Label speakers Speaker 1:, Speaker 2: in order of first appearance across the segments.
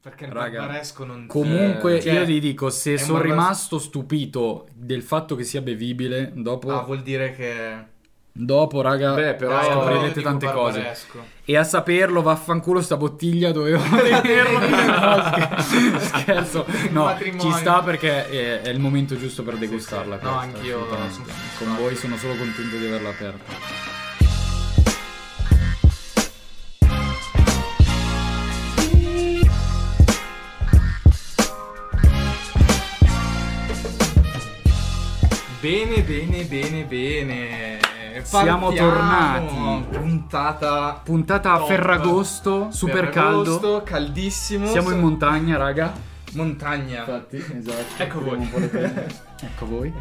Speaker 1: Perché il
Speaker 2: Raga,
Speaker 1: barbaresco non...
Speaker 3: Comunque,
Speaker 2: Eh,
Speaker 1: cioè,
Speaker 3: io ti dico, se
Speaker 1: è un
Speaker 3: sono
Speaker 1: barbares-
Speaker 3: rimasto stupito del fatto che sia bevibile, dopo,
Speaker 1: Ah, vuol dire che...
Speaker 3: dopo raga,
Speaker 2: Beh, però-
Speaker 1: Dai, allora io
Speaker 3: vedete
Speaker 1: dico
Speaker 3: tante cose.
Speaker 1: barbaresco.
Speaker 3: E a saperlo, vaffanculo, sta bottiglia doveva tenerlo. no, scher- scherzo, no,
Speaker 1: Matrimonio.
Speaker 3: ci sta perché è, è il momento giusto per degustarla.
Speaker 1: sì. No,
Speaker 3: questa,
Speaker 1: anch'io
Speaker 3: assolutamente.
Speaker 1: sono
Speaker 3: Con voi sono solo contento di averla aperta.
Speaker 1: Bene, bene, bene, bene.
Speaker 3: Siamo
Speaker 1: Partiamo.
Speaker 3: tornati.
Speaker 1: Puntata
Speaker 3: Puntata a
Speaker 1: Top.
Speaker 3: Ferragosto, super
Speaker 1: Ferragosto,
Speaker 3: caldo.
Speaker 1: caldissimo.
Speaker 3: Siamo
Speaker 1: So-
Speaker 3: in montagna, raga.
Speaker 1: montagna.
Speaker 3: Infatti, esatto.
Speaker 1: Ecco voi.
Speaker 3: Un po' le penne. ecco voi.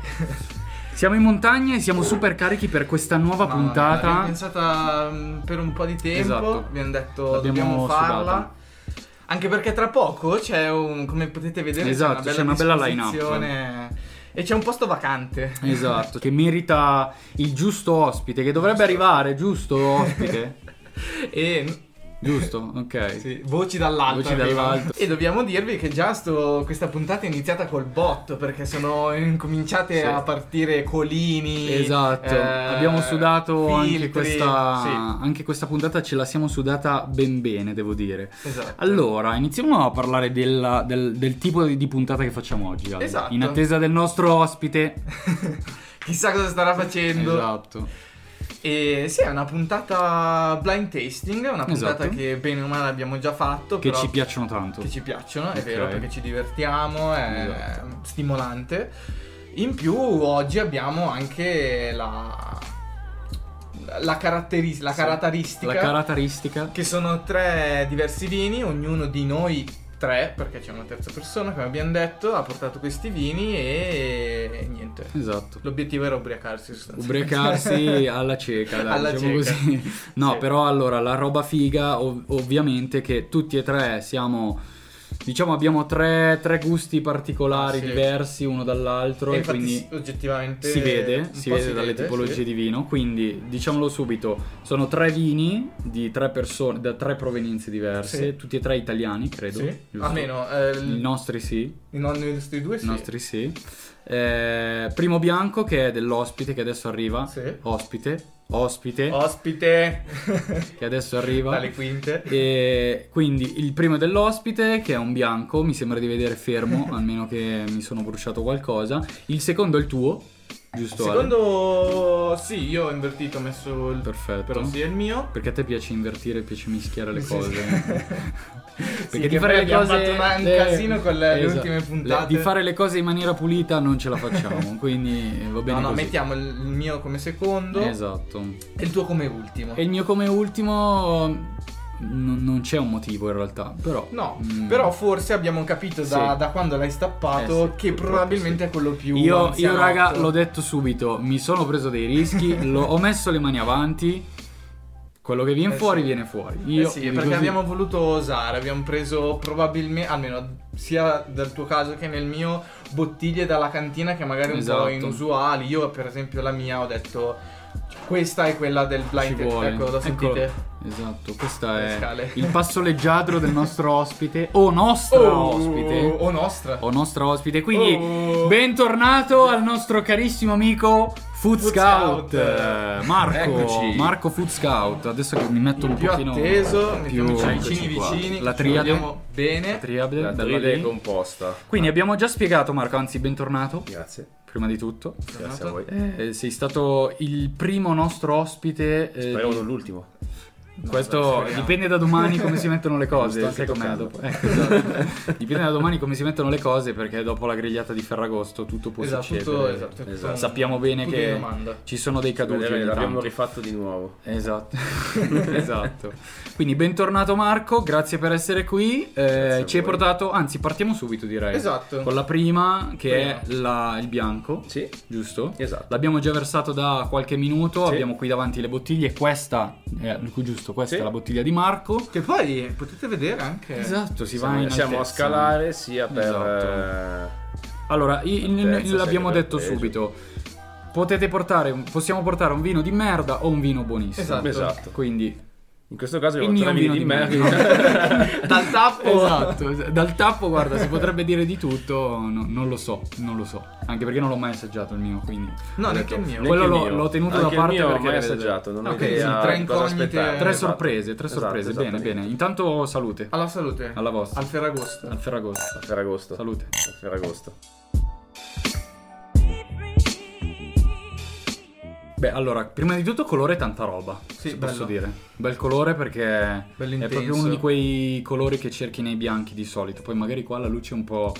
Speaker 3: Siamo in montagna e siamo super carichi per questa nuova
Speaker 1: Mamma mia, L'abbiamo
Speaker 3: puntata.
Speaker 1: pensata mm, per un po' di tempo.
Speaker 3: Esatto.
Speaker 1: Abbiamo detto
Speaker 3: L'abbiamo
Speaker 1: dobbiamo farla.
Speaker 3: sudata.
Speaker 1: Anche perché tra poco c'è un. come potete vedere,
Speaker 3: Esatto,
Speaker 1: c'è
Speaker 3: c'è
Speaker 1: una
Speaker 3: una bella
Speaker 1: bella,
Speaker 3: line-up.
Speaker 1: disposizione E c'è un posto vacante.
Speaker 3: Esatto, che merita il giusto ospite, che dovrebbe arrivare, giusto ospite?
Speaker 1: E.
Speaker 3: giusto, ok.
Speaker 1: sì, voci dall'alto.
Speaker 3: Voci
Speaker 1: arrivano.
Speaker 3: dall'alto.
Speaker 1: E dobbiamo dirvi che già sto- questa puntata è iniziata col botto perché sono incominciate
Speaker 3: Sì.
Speaker 1: a partire colini.
Speaker 3: Esatto,
Speaker 1: eh,
Speaker 3: abbiamo sudato anche
Speaker 1: filtri.
Speaker 3: questa,
Speaker 1: Sì,
Speaker 3: anche questa puntata, ce la siamo sudata ben bene, devo dire.
Speaker 1: esatto.
Speaker 3: Allora, iniziamo a parlare della- del, del tipo di, di puntata che facciamo oggi. Ale.
Speaker 1: Esatto.
Speaker 3: In attesa del nostro ospite.
Speaker 1: Chissà cosa starà facendo.
Speaker 3: Esatto.
Speaker 1: E sì, è una puntata blind tasting, è una puntata
Speaker 3: Esatto.
Speaker 1: che bene o male abbiamo già fatto.
Speaker 3: Che
Speaker 1: però
Speaker 3: ci piacciono tanto.
Speaker 1: che ci piacciono, è
Speaker 3: Ok.
Speaker 1: vero, perché ci divertiamo, è
Speaker 3: Esatto.
Speaker 1: stimolante. In più oggi abbiamo anche la, la, caratteris- la
Speaker 3: Sì.
Speaker 1: caratteristica,
Speaker 3: La caratteristica.
Speaker 1: che sono tre diversi vini, ognuno di noi tre, perché c'è una terza persona, come abbiamo detto, ha portato questi vini e, e niente.
Speaker 3: Esatto.
Speaker 1: L'obiettivo era ubriacarsi sostanzialmente.
Speaker 3: Ubriacarsi alla cieca, dai,
Speaker 1: Alla
Speaker 3: diciamo
Speaker 1: cieca.
Speaker 3: così. No,
Speaker 1: Sì.
Speaker 3: però allora la roba figa, ov- ovviamente, che tutti e tre siamo. Diciamo abbiamo tre, tre gusti particolari
Speaker 1: Ah, sì.
Speaker 3: diversi uno dall'altro
Speaker 1: E
Speaker 3: e,
Speaker 1: infatti
Speaker 3: quindi
Speaker 1: s- oggettivamente
Speaker 3: si
Speaker 1: un
Speaker 3: vede,
Speaker 1: po'
Speaker 3: si vede dalle tipologie
Speaker 1: sì.
Speaker 3: di vino. Quindi diciamolo subito, sono tre vini di tre persone, da tre provenienze diverse,
Speaker 1: Sì.
Speaker 3: tutti e tre italiani, credo.
Speaker 1: Sì.
Speaker 3: giusto?
Speaker 1: Almeno eh,
Speaker 3: I nostri sì,
Speaker 1: i nonni di questi due
Speaker 3: i
Speaker 1: sì.
Speaker 3: nostri sì. Eh, primo bianco che è dell'ospite che adesso arriva.
Speaker 1: Sì.
Speaker 3: Ospite, ospite
Speaker 1: Ospite
Speaker 3: che adesso arriva.
Speaker 1: dalle quinte.
Speaker 3: E quindi il primo è dell'ospite, che è un bianco, mi sembra di vedere fermo, almeno che mi sono bruciato qualcosa. Il secondo è il tuo, giusto? Ale?
Speaker 1: Secondo sì, io ho invertito, ho messo il
Speaker 3: Perfetto.
Speaker 1: però sì è il mio.
Speaker 3: Perché a te piace invertire, piace mischiare le
Speaker 1: Sì,
Speaker 3: cose.
Speaker 1: Sì,
Speaker 3: Perché
Speaker 1: che
Speaker 3: di fare
Speaker 1: poi
Speaker 3: le
Speaker 1: abbiamo
Speaker 3: cose
Speaker 1: fatto una- un
Speaker 3: le-
Speaker 1: casino con le, le
Speaker 3: esatto.
Speaker 1: ultime
Speaker 3: Le-
Speaker 1: puntate.
Speaker 3: Di fare le cose in maniera pulita non ce la facciamo, quindi eh, va bene
Speaker 1: No, no,
Speaker 3: così.
Speaker 1: mettiamo il il mio come secondo
Speaker 3: Esatto.
Speaker 1: e il tuo come ultimo.
Speaker 3: E il mio come ultimo non, non c'è un motivo in realtà, però
Speaker 1: No,
Speaker 3: Mm.
Speaker 1: però forse abbiamo capito da,
Speaker 3: Sì.
Speaker 1: da quando l'hai stappato
Speaker 3: Eh sì,
Speaker 1: che
Speaker 3: purtroppo
Speaker 1: probabilmente è
Speaker 3: sì.
Speaker 1: quello più Eh
Speaker 3: Io, io
Speaker 1: anzianotto.
Speaker 3: raga, l'ho detto subito, mi sono preso dei rischi, l'ho- ho messo le mani avanti, quello che viene
Speaker 1: Eh
Speaker 3: fuori
Speaker 1: sì.
Speaker 3: viene fuori.
Speaker 1: Eh
Speaker 3: Io
Speaker 1: sì,
Speaker 3: dico
Speaker 1: perché
Speaker 3: sì.
Speaker 1: abbiamo voluto osare, abbiamo preso probabilmente, almeno sia dal tuo caso che nel mio, bottiglie dalla cantina che magari un po'
Speaker 3: Esatto.
Speaker 1: inusuali. Io per esempio la mia ho detto questa è quella del
Speaker 3: Ci
Speaker 1: blind
Speaker 3: vuole.
Speaker 1: Ecco, la
Speaker 3: Eccolo.
Speaker 1: sentite?
Speaker 3: Esatto, questo
Speaker 1: Le
Speaker 3: è
Speaker 1: scale.
Speaker 3: il passo leggiadro del nostro ospite o nostra ospite
Speaker 1: Oh, o nostra.
Speaker 3: o nostra ospite. Quindi
Speaker 1: Oh.
Speaker 3: bentornato al nostro carissimo amico Food
Speaker 1: Food
Speaker 3: Scout
Speaker 1: Scout.
Speaker 3: eh, Marco,
Speaker 2: Eccoci.
Speaker 3: Marco Food Scout. Adesso che mi metto un
Speaker 1: più
Speaker 3: pochino
Speaker 1: atteso,
Speaker 3: più
Speaker 1: mettiamoci vicini
Speaker 3: Eccoci qua.
Speaker 1: vicini.
Speaker 3: La
Speaker 1: ci
Speaker 3: triade,
Speaker 1: vediamo
Speaker 3: la
Speaker 1: bene.
Speaker 3: triade,
Speaker 2: La
Speaker 3: bella
Speaker 2: trivia è
Speaker 3: lì.
Speaker 2: composta.
Speaker 3: Quindi abbiamo già spiegato Marco, anzi bentornato,
Speaker 2: Grazie.
Speaker 3: prima di tutto.
Speaker 2: Grazie a voi.
Speaker 3: Eh, sei stato il primo nostro ospite. eh,
Speaker 2: Speriamo
Speaker 3: di-
Speaker 2: non l'ultimo.
Speaker 3: Questo
Speaker 1: speriamo.
Speaker 3: dipende da domani come si mettono le
Speaker 2: Giusto
Speaker 3: cose.
Speaker 2: anche
Speaker 3: Sai com'è
Speaker 2: toccarlo.
Speaker 3: dopo? Ecco, esatto. dipende da domani come si mettono le cose perché dopo la grigliata di Ferragosto tutto può
Speaker 1: Esatto, tutto-
Speaker 3: succedere.
Speaker 1: esatto, tutto
Speaker 2: Esatto.
Speaker 1: un-
Speaker 3: Sappiamo bene
Speaker 1: tutto
Speaker 3: che-
Speaker 1: in domanda.
Speaker 3: Ci sono dei caduti.
Speaker 2: Vedere,
Speaker 3: ogni
Speaker 2: l'abbiamo
Speaker 3: tanto.
Speaker 2: rifatto di nuovo.
Speaker 3: Esatto, esatto. Quindi bentornato Marco, grazie per essere qui. Eh,
Speaker 2: Grazie a
Speaker 3: ci hai
Speaker 2: voi.
Speaker 3: portato, anzi partiamo subito direi.
Speaker 1: Esatto.
Speaker 3: Eh, Con la prima che è la- il bianco,
Speaker 2: Sì,
Speaker 3: giusto?
Speaker 2: esatto.
Speaker 3: L'abbiamo già versato da qualche minuto,
Speaker 2: Sì.
Speaker 3: abbiamo qui davanti le bottiglie, questa è, ecco, giusto, questa
Speaker 2: Sì. Eh,
Speaker 3: è la bottiglia di Marco.
Speaker 1: Che poi potete vedere anche
Speaker 3: Esatto, si va
Speaker 2: siamo,
Speaker 3: in
Speaker 2: siamo a
Speaker 3: altezza.
Speaker 2: scalare sia per... eh,
Speaker 3: Esatto. Allora, i- il-
Speaker 2: Altezza,
Speaker 3: l'abbiamo
Speaker 2: serie
Speaker 3: detto
Speaker 2: per peso.
Speaker 3: subito. Potete portare, possiamo portare un vino di merda o un vino buonissimo.
Speaker 1: Esatto.
Speaker 2: Esatto.
Speaker 3: Quindi
Speaker 2: In questo caso io
Speaker 3: Il
Speaker 2: ho
Speaker 3: mio
Speaker 2: tre vini
Speaker 3: vino
Speaker 2: di
Speaker 3: di
Speaker 2: merda.
Speaker 3: Dal
Speaker 2: Oh.
Speaker 3: tappo, esatto, dal tappo, guarda, si potrebbe dire di tutto, no, non lo so, non lo so. Anche perché non l'ho mai assaggiato il mio, quindi...
Speaker 1: No,
Speaker 3: ho
Speaker 1: neanche
Speaker 3: detto,
Speaker 1: il mio.
Speaker 2: Neanche
Speaker 3: Quello
Speaker 2: il
Speaker 3: l'ho,
Speaker 2: mio.
Speaker 3: l'ho tenuto da
Speaker 2: Anche
Speaker 3: parte
Speaker 2: il mio
Speaker 3: perché... Ah,
Speaker 2: mai assaggiato, non ho
Speaker 1: Ok,
Speaker 2: idea
Speaker 1: sì, tre
Speaker 2: di cosa
Speaker 1: incognite.
Speaker 2: aspettare.
Speaker 3: Tre
Speaker 2: Esatto.
Speaker 3: sorprese, tre
Speaker 2: Esatto,
Speaker 3: sorprese, bene,
Speaker 2: esattamente.
Speaker 3: bene. Intanto salute,
Speaker 1: Alla salute.
Speaker 3: alla vostra,
Speaker 1: Al Ferragosto.
Speaker 3: al Ferragosto.
Speaker 2: A Ferragosto.
Speaker 3: Salute.
Speaker 2: A Ferragosto.
Speaker 3: Beh, allora, prima di tutto colore e tanta roba,
Speaker 1: Sì,
Speaker 3: se
Speaker 1: bello.
Speaker 3: posso dire. Bel colore perché
Speaker 1: Bello
Speaker 3: è
Speaker 1: intenso.
Speaker 3: proprio uno di quei colori che cerchi nei bianchi di solito. Poi magari qua la luce è un po'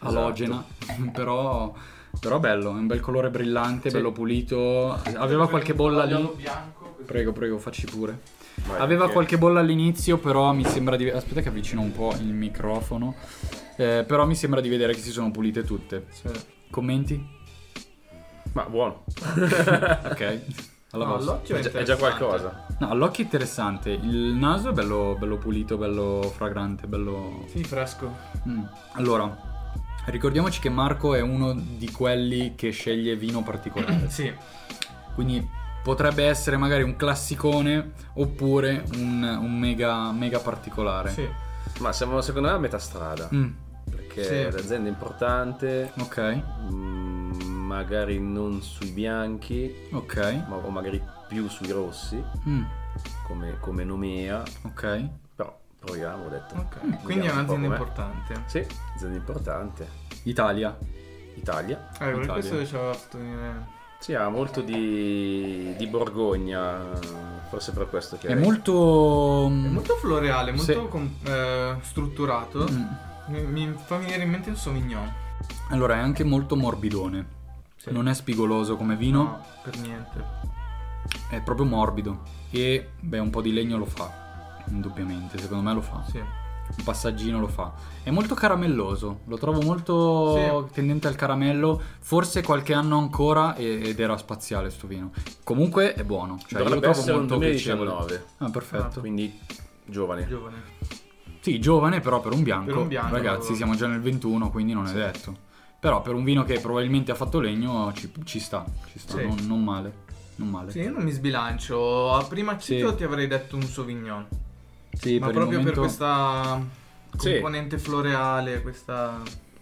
Speaker 3: alogena, però, però bello, è un bel colore brillante,
Speaker 2: Sì.
Speaker 3: bello pulito. Aveva qualche bolla lì.
Speaker 1: bianco.
Speaker 3: Prego, prego, facci pure.
Speaker 2: Vai,
Speaker 3: Aveva
Speaker 2: perché-
Speaker 3: qualche bolla all'inizio, però mi sembra di... Aspetta che avvicino un po' il microfono. Eh, però mi sembra di vedere che si sono pulite tutte.
Speaker 1: Cioè,
Speaker 3: Commenti?
Speaker 2: Ma buono.
Speaker 3: Ok. Alla
Speaker 1: No,
Speaker 3: vostra.
Speaker 1: l'occhio
Speaker 2: È
Speaker 1: è,
Speaker 2: già- è già
Speaker 1: interessante.
Speaker 2: qualcosa.
Speaker 3: No, all'occhio è interessante. Il naso è bello, bello pulito, bello fragrante, bello.
Speaker 1: Sì, fresco.
Speaker 3: Mm. Allora, ricordiamoci che Marco è uno di quelli che sceglie vino particolare.
Speaker 1: Sì.
Speaker 3: Quindi potrebbe essere magari un classicone oppure un, un mega, mega particolare.
Speaker 1: Sì.
Speaker 2: Ma siamo secondo me a metà strada.
Speaker 3: Mm,
Speaker 2: Perché
Speaker 1: Sì.
Speaker 2: l'azienda è importante.
Speaker 3: Ok,
Speaker 2: mm, Magari non sui bianchi,
Speaker 3: ok.
Speaker 2: ma o magari più sui rossi,
Speaker 3: Mm,
Speaker 2: come, come nomea.
Speaker 3: Ok.
Speaker 2: Però proviamo, ho detto.
Speaker 3: Mm,
Speaker 1: Ok. Quindi è
Speaker 2: Vediamo un po'
Speaker 1: un'azienda
Speaker 2: com'è.
Speaker 1: importante. Eh,
Speaker 2: Sì, azienda importante.
Speaker 3: Italia.
Speaker 2: Italia.
Speaker 1: Eh, per
Speaker 3: Italia. Mm.
Speaker 1: questo eh. ci aveva fatto venire-
Speaker 2: Sì, ha molto di, di Borgogna, forse per questo che
Speaker 3: È molto. mm,
Speaker 1: È molto floreale, molto
Speaker 3: Sì.
Speaker 1: com- eh, strutturato.
Speaker 3: Mm.
Speaker 1: Mi, mi fa venire in mente un Sauvignon.
Speaker 3: Allora, è anche molto morbidone.
Speaker 1: Sì.
Speaker 3: Non è spigoloso come vino.
Speaker 1: No, per niente.
Speaker 3: È proprio morbido e beh un po' di legno lo fa, indubbiamente, secondo me lo fa.
Speaker 1: Sì.
Speaker 3: Un passaggino lo fa. È molto caramelloso, lo trovo molto tendente al caramello, forse qualche anno ancora e- ed era spaziale sto vino. Comunque è buono, cioè io lo
Speaker 2: dovrebbe
Speaker 3: trovo
Speaker 2: essere un
Speaker 3: molto piacevole.
Speaker 2: 2019,
Speaker 3: Ah, perfetto.
Speaker 2: quindi giovane.
Speaker 1: Giovane.
Speaker 3: Sì, giovane però per un bianco.
Speaker 1: Per un bianco.
Speaker 3: Ragazzi, siamo già nel 21, quindi non è detto. Però per un vino che probabilmente ha fatto legno ci, ci sta, ci sta,
Speaker 1: Sì.
Speaker 3: non, non male. Non male.
Speaker 1: Sì, io non mi sbilancio. A prima
Speaker 3: Sì.
Speaker 1: chito ti avrei detto un Sauvignon.
Speaker 3: Sì,
Speaker 1: ma
Speaker 3: per il
Speaker 1: proprio per
Speaker 3: momento-
Speaker 1: questa
Speaker 2: Sì.
Speaker 1: componente floreale, questa...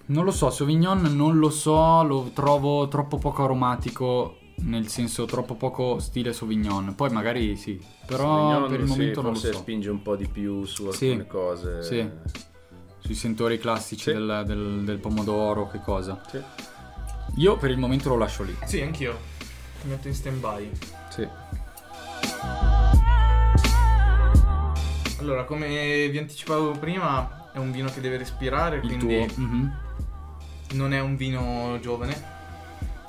Speaker 3: Non lo so, Sauvignon non lo so, lo trovo troppo poco aromatico, nel senso troppo poco stile Sauvignon. Poi magari sì, però
Speaker 2: Sauvignon,
Speaker 3: per il
Speaker 2: sì,
Speaker 3: momento non lo
Speaker 2: forse
Speaker 3: so.
Speaker 2: spinge un po' di più su
Speaker 3: Sì.
Speaker 2: alcune cose.
Speaker 3: Sì. Sui sentori classici
Speaker 2: Sì.
Speaker 3: del, del- del pomodoro, che cosa.
Speaker 2: Sì.
Speaker 3: Io per il momento lo lascio lì.
Speaker 1: Sì, anch'io. Mi metto in stand-by.
Speaker 3: Sì.
Speaker 1: Allora, come vi anticipavo prima, è un vino che deve respirare,
Speaker 3: Il tuo.
Speaker 1: quindi
Speaker 3: Mhm.
Speaker 1: non è un vino giovane.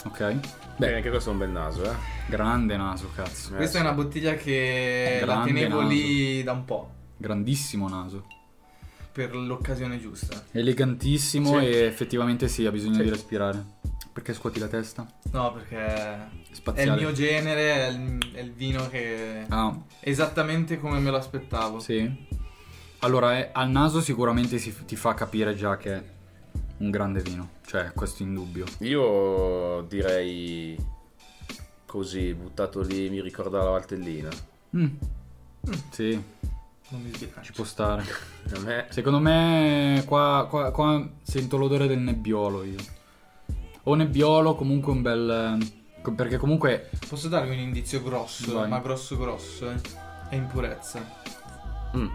Speaker 3: Ok.
Speaker 2: Beh,
Speaker 3: Beh,
Speaker 2: anche questo è un bel naso, eh.
Speaker 3: grande naso, cazzo.
Speaker 2: Eh,
Speaker 1: Questa è
Speaker 2: sì.
Speaker 1: una bottiglia che la
Speaker 3: Grande
Speaker 1: tenevo
Speaker 3: naso.
Speaker 1: lì da un po',
Speaker 3: Grandissimo naso.
Speaker 1: per l'occasione giusta.
Speaker 3: Elegantissimo
Speaker 2: Sì.
Speaker 3: e effettivamente sì, ha bisogno
Speaker 2: Sì.
Speaker 3: di respirare. Perché scuoti la testa?
Speaker 1: No, perché è
Speaker 3: Spaziale.
Speaker 1: il mio genere, è il, è il vino che...
Speaker 3: Ah,
Speaker 1: Esattamente come me lo aspettavo.
Speaker 3: Sì. Allora, eh, al naso sicuramente si- ti fa capire già che è un grande vino. Cioè, questo in dubbio.
Speaker 2: Io direi così, buttato lì, mi ricorda la Valtellina.
Speaker 3: Mm. Sì,
Speaker 1: Non mi
Speaker 3: ci
Speaker 1: sbilancio.
Speaker 3: può stare.
Speaker 2: A me
Speaker 3: Secondo me qua, qua- qua sento l'odore del nebbiolo io. O nebbiolo, comunque un bel... co- Perché comunque...
Speaker 1: Posso darvi un indizio grosso,
Speaker 3: Vai.
Speaker 1: ma grosso grosso, eh? è in purezza.
Speaker 2: Mm.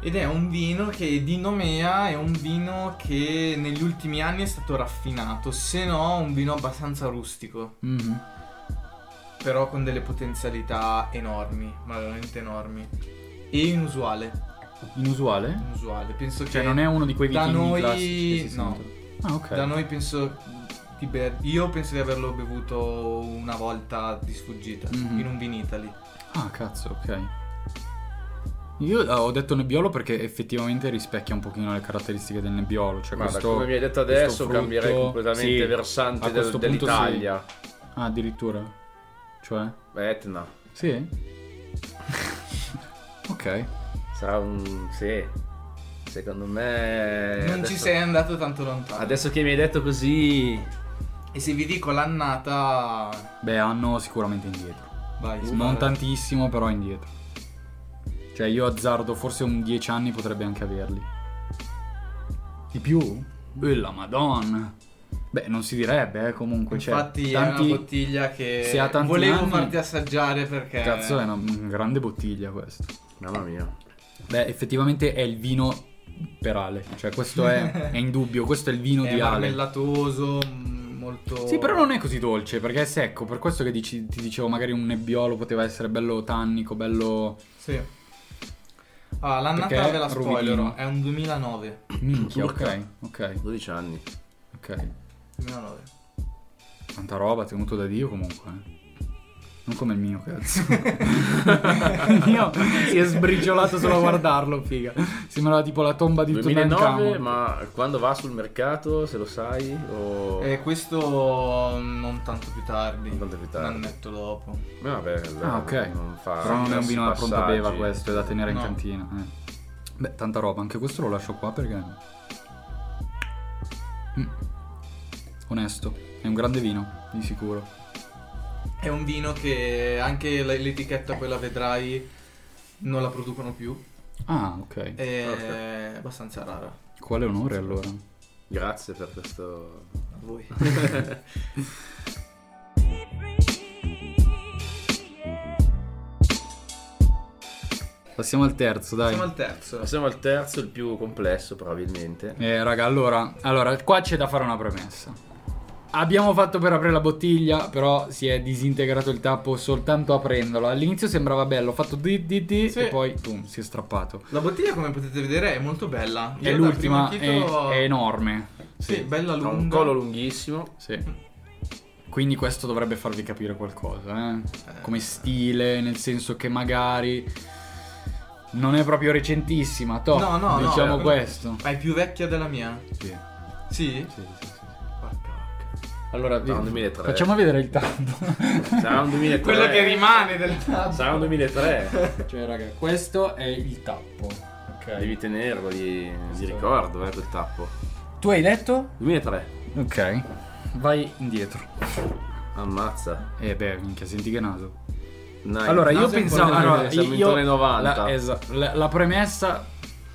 Speaker 1: Ed è un vino che di nomea è un vino che negli ultimi anni è stato raffinato, se no un vino abbastanza rustico,
Speaker 3: Mhm.
Speaker 1: però con delle potenzialità enormi, ma veramente enormi. E inusuale,
Speaker 3: Inusuale?
Speaker 1: inusuale. Penso
Speaker 3: Cioè,
Speaker 1: che
Speaker 3: non è uno di quei
Speaker 1: da
Speaker 3: vichinghi
Speaker 1: noi-
Speaker 3: classici che si
Speaker 1: no.
Speaker 3: sentono. Ah, ok.
Speaker 1: da noi penso di be- io penso di averlo bevuto una volta di sfuggita
Speaker 3: Mhm.
Speaker 1: in un Vinitali.
Speaker 3: Ah, cazzo, ok. Io eh, ho detto nebbiolo perché effettivamente rispecchia un pochino le caratteristiche del nebbiolo. Cioè
Speaker 2: Guarda,
Speaker 3: questo,
Speaker 2: come mi hai detto
Speaker 3: questo
Speaker 2: adesso,
Speaker 3: frutto-
Speaker 2: cambierei completamente
Speaker 3: Sì,
Speaker 2: il versante
Speaker 3: a
Speaker 2: del-
Speaker 3: questo punto
Speaker 2: dell'Italia.
Speaker 3: sì. Ah, addirittura. Cioè?
Speaker 2: Etna.
Speaker 3: Sì. ok.
Speaker 2: Sarà un... sì. Secondo
Speaker 3: Eh,
Speaker 2: me...
Speaker 1: non
Speaker 2: adesso-
Speaker 1: ci sei andato tanto lontano.
Speaker 2: Adesso che mi hai detto così...
Speaker 1: E se vi dico l'annata,
Speaker 3: Beh, hanno sicuramente indietro.
Speaker 1: vai,
Speaker 3: Non
Speaker 1: spara.
Speaker 3: tantissimo, però indietro. Cioè io azzardo forse un 10 anni potrebbe anche averli. Di più? Bella madonna. Beh, non si direbbe eh, comunque. cioè,
Speaker 1: Infatti è
Speaker 3: tanti-
Speaker 1: una bottiglia che
Speaker 3: se ha tanti
Speaker 1: volevo
Speaker 3: anni-
Speaker 1: farti assaggiare perché...
Speaker 3: Cazzo è una mm, grande bottiglia questa.
Speaker 2: Mamma mia.
Speaker 3: Beh, effettivamente è il vino per Ale. Cioè questo è, è indubbio, questo è il vino
Speaker 1: è
Speaker 3: di Ale.
Speaker 1: marmellatoso, mm, molto...
Speaker 3: Sì, però non è così dolce perché è secco. Per questo che dici- ti dicevo, magari un nebbiolo poteva essere bello tannico, bello.
Speaker 1: Sì. Ah, l'annata
Speaker 3: Perché
Speaker 1: ve la spoilerò,
Speaker 3: ruvidino.
Speaker 1: è un 2009.
Speaker 3: Minchia, ok,
Speaker 2: Urca.
Speaker 3: ok,
Speaker 2: 12 anni.
Speaker 3: ok.
Speaker 1: 2009.
Speaker 3: Tanta roba, tenuto da Dio comunque. eh. Non come il mio, cazzo. il mio si è sbriciolato solo a guardarlo, figa. Sembrava tipo la tomba di
Speaker 2: 2009,
Speaker 3: Tutankhamon.
Speaker 2: ma quando va sul mercato, se lo sai, o...
Speaker 1: E questo mm, non tanto più tardi,
Speaker 2: Non tanto più tardi.
Speaker 1: un annetto dopo.
Speaker 2: Beh, vabbè, allora
Speaker 3: Ah, ok.
Speaker 2: non fa
Speaker 3: Però non è un
Speaker 2: diversi
Speaker 3: vino da pronta
Speaker 2: passaggi.
Speaker 3: beva questo, è da tenere in
Speaker 1: No.
Speaker 3: cantina. eh. Beh, tanta roba, anche questo lo lascio qua perché... Mm. Onesto, è un grande vino, di sicuro.
Speaker 1: È un vino che anche l- l'etichetta quella vedrai non la producono più.
Speaker 3: Ah, ok.
Speaker 1: È
Speaker 2: Ok.
Speaker 1: abbastanza rara. A
Speaker 3: Quale onore allora?
Speaker 2: Grazie per questo.
Speaker 1: voi.
Speaker 3: Passiamo al terzo, dai.
Speaker 1: Siamo al terzo.
Speaker 2: Passiamo al terzo, il più complesso probabilmente.
Speaker 3: Eh, raga, allora, allora, qua c'è da fare una premessa. Abbiamo fatto per aprire la bottiglia, però si è disintegrato il tappo soltanto aprendola. All'inizio sembrava bello, ho fatto di di di
Speaker 1: Sì.
Speaker 3: e poi boom, si è strappato.
Speaker 1: La bottiglia, come potete vedere, è molto bella. Io
Speaker 3: è
Speaker 1: dal
Speaker 3: l'ultima,
Speaker 1: primo
Speaker 3: è,
Speaker 1: chito-
Speaker 3: è enorme.
Speaker 1: Sì, bella
Speaker 2: Ha
Speaker 1: lunga.
Speaker 2: un collo lunghissimo.
Speaker 3: Sì. Quindi questo dovrebbe farvi capire qualcosa, eh? Come stile, nel senso che magari non è proprio recentissima, toh,
Speaker 1: No, no, no,
Speaker 3: diciamo
Speaker 1: eh,
Speaker 3: questo.
Speaker 1: Ma è più vecchia della mia.
Speaker 3: Sì,
Speaker 1: Sì?
Speaker 3: sì, sì, sì.
Speaker 1: Porca vacca.
Speaker 3: Allora,
Speaker 2: No, 2003.
Speaker 3: facciamo vedere il tappo.
Speaker 2: Sarà un 2003.
Speaker 1: Quella che rimane del tab.
Speaker 2: Sarà un 2003.
Speaker 3: Cioè, raga, questo è il tappo.
Speaker 2: Devi tenerlo di, di ricordo, eh, quel tappo.
Speaker 3: Tu hai detto?
Speaker 2: 2003.
Speaker 3: Ok. Vai indietro.
Speaker 2: Ammazza.
Speaker 3: Eh beh, minchia, senti che naso.
Speaker 2: Nice.
Speaker 1: naso
Speaker 3: Allora, io
Speaker 1: è un po'
Speaker 3: pensavo...
Speaker 1: grande,
Speaker 3: Allora,
Speaker 2: siamo
Speaker 3: io,
Speaker 2: intorno ai 90.
Speaker 3: La, esa- la- la premessa...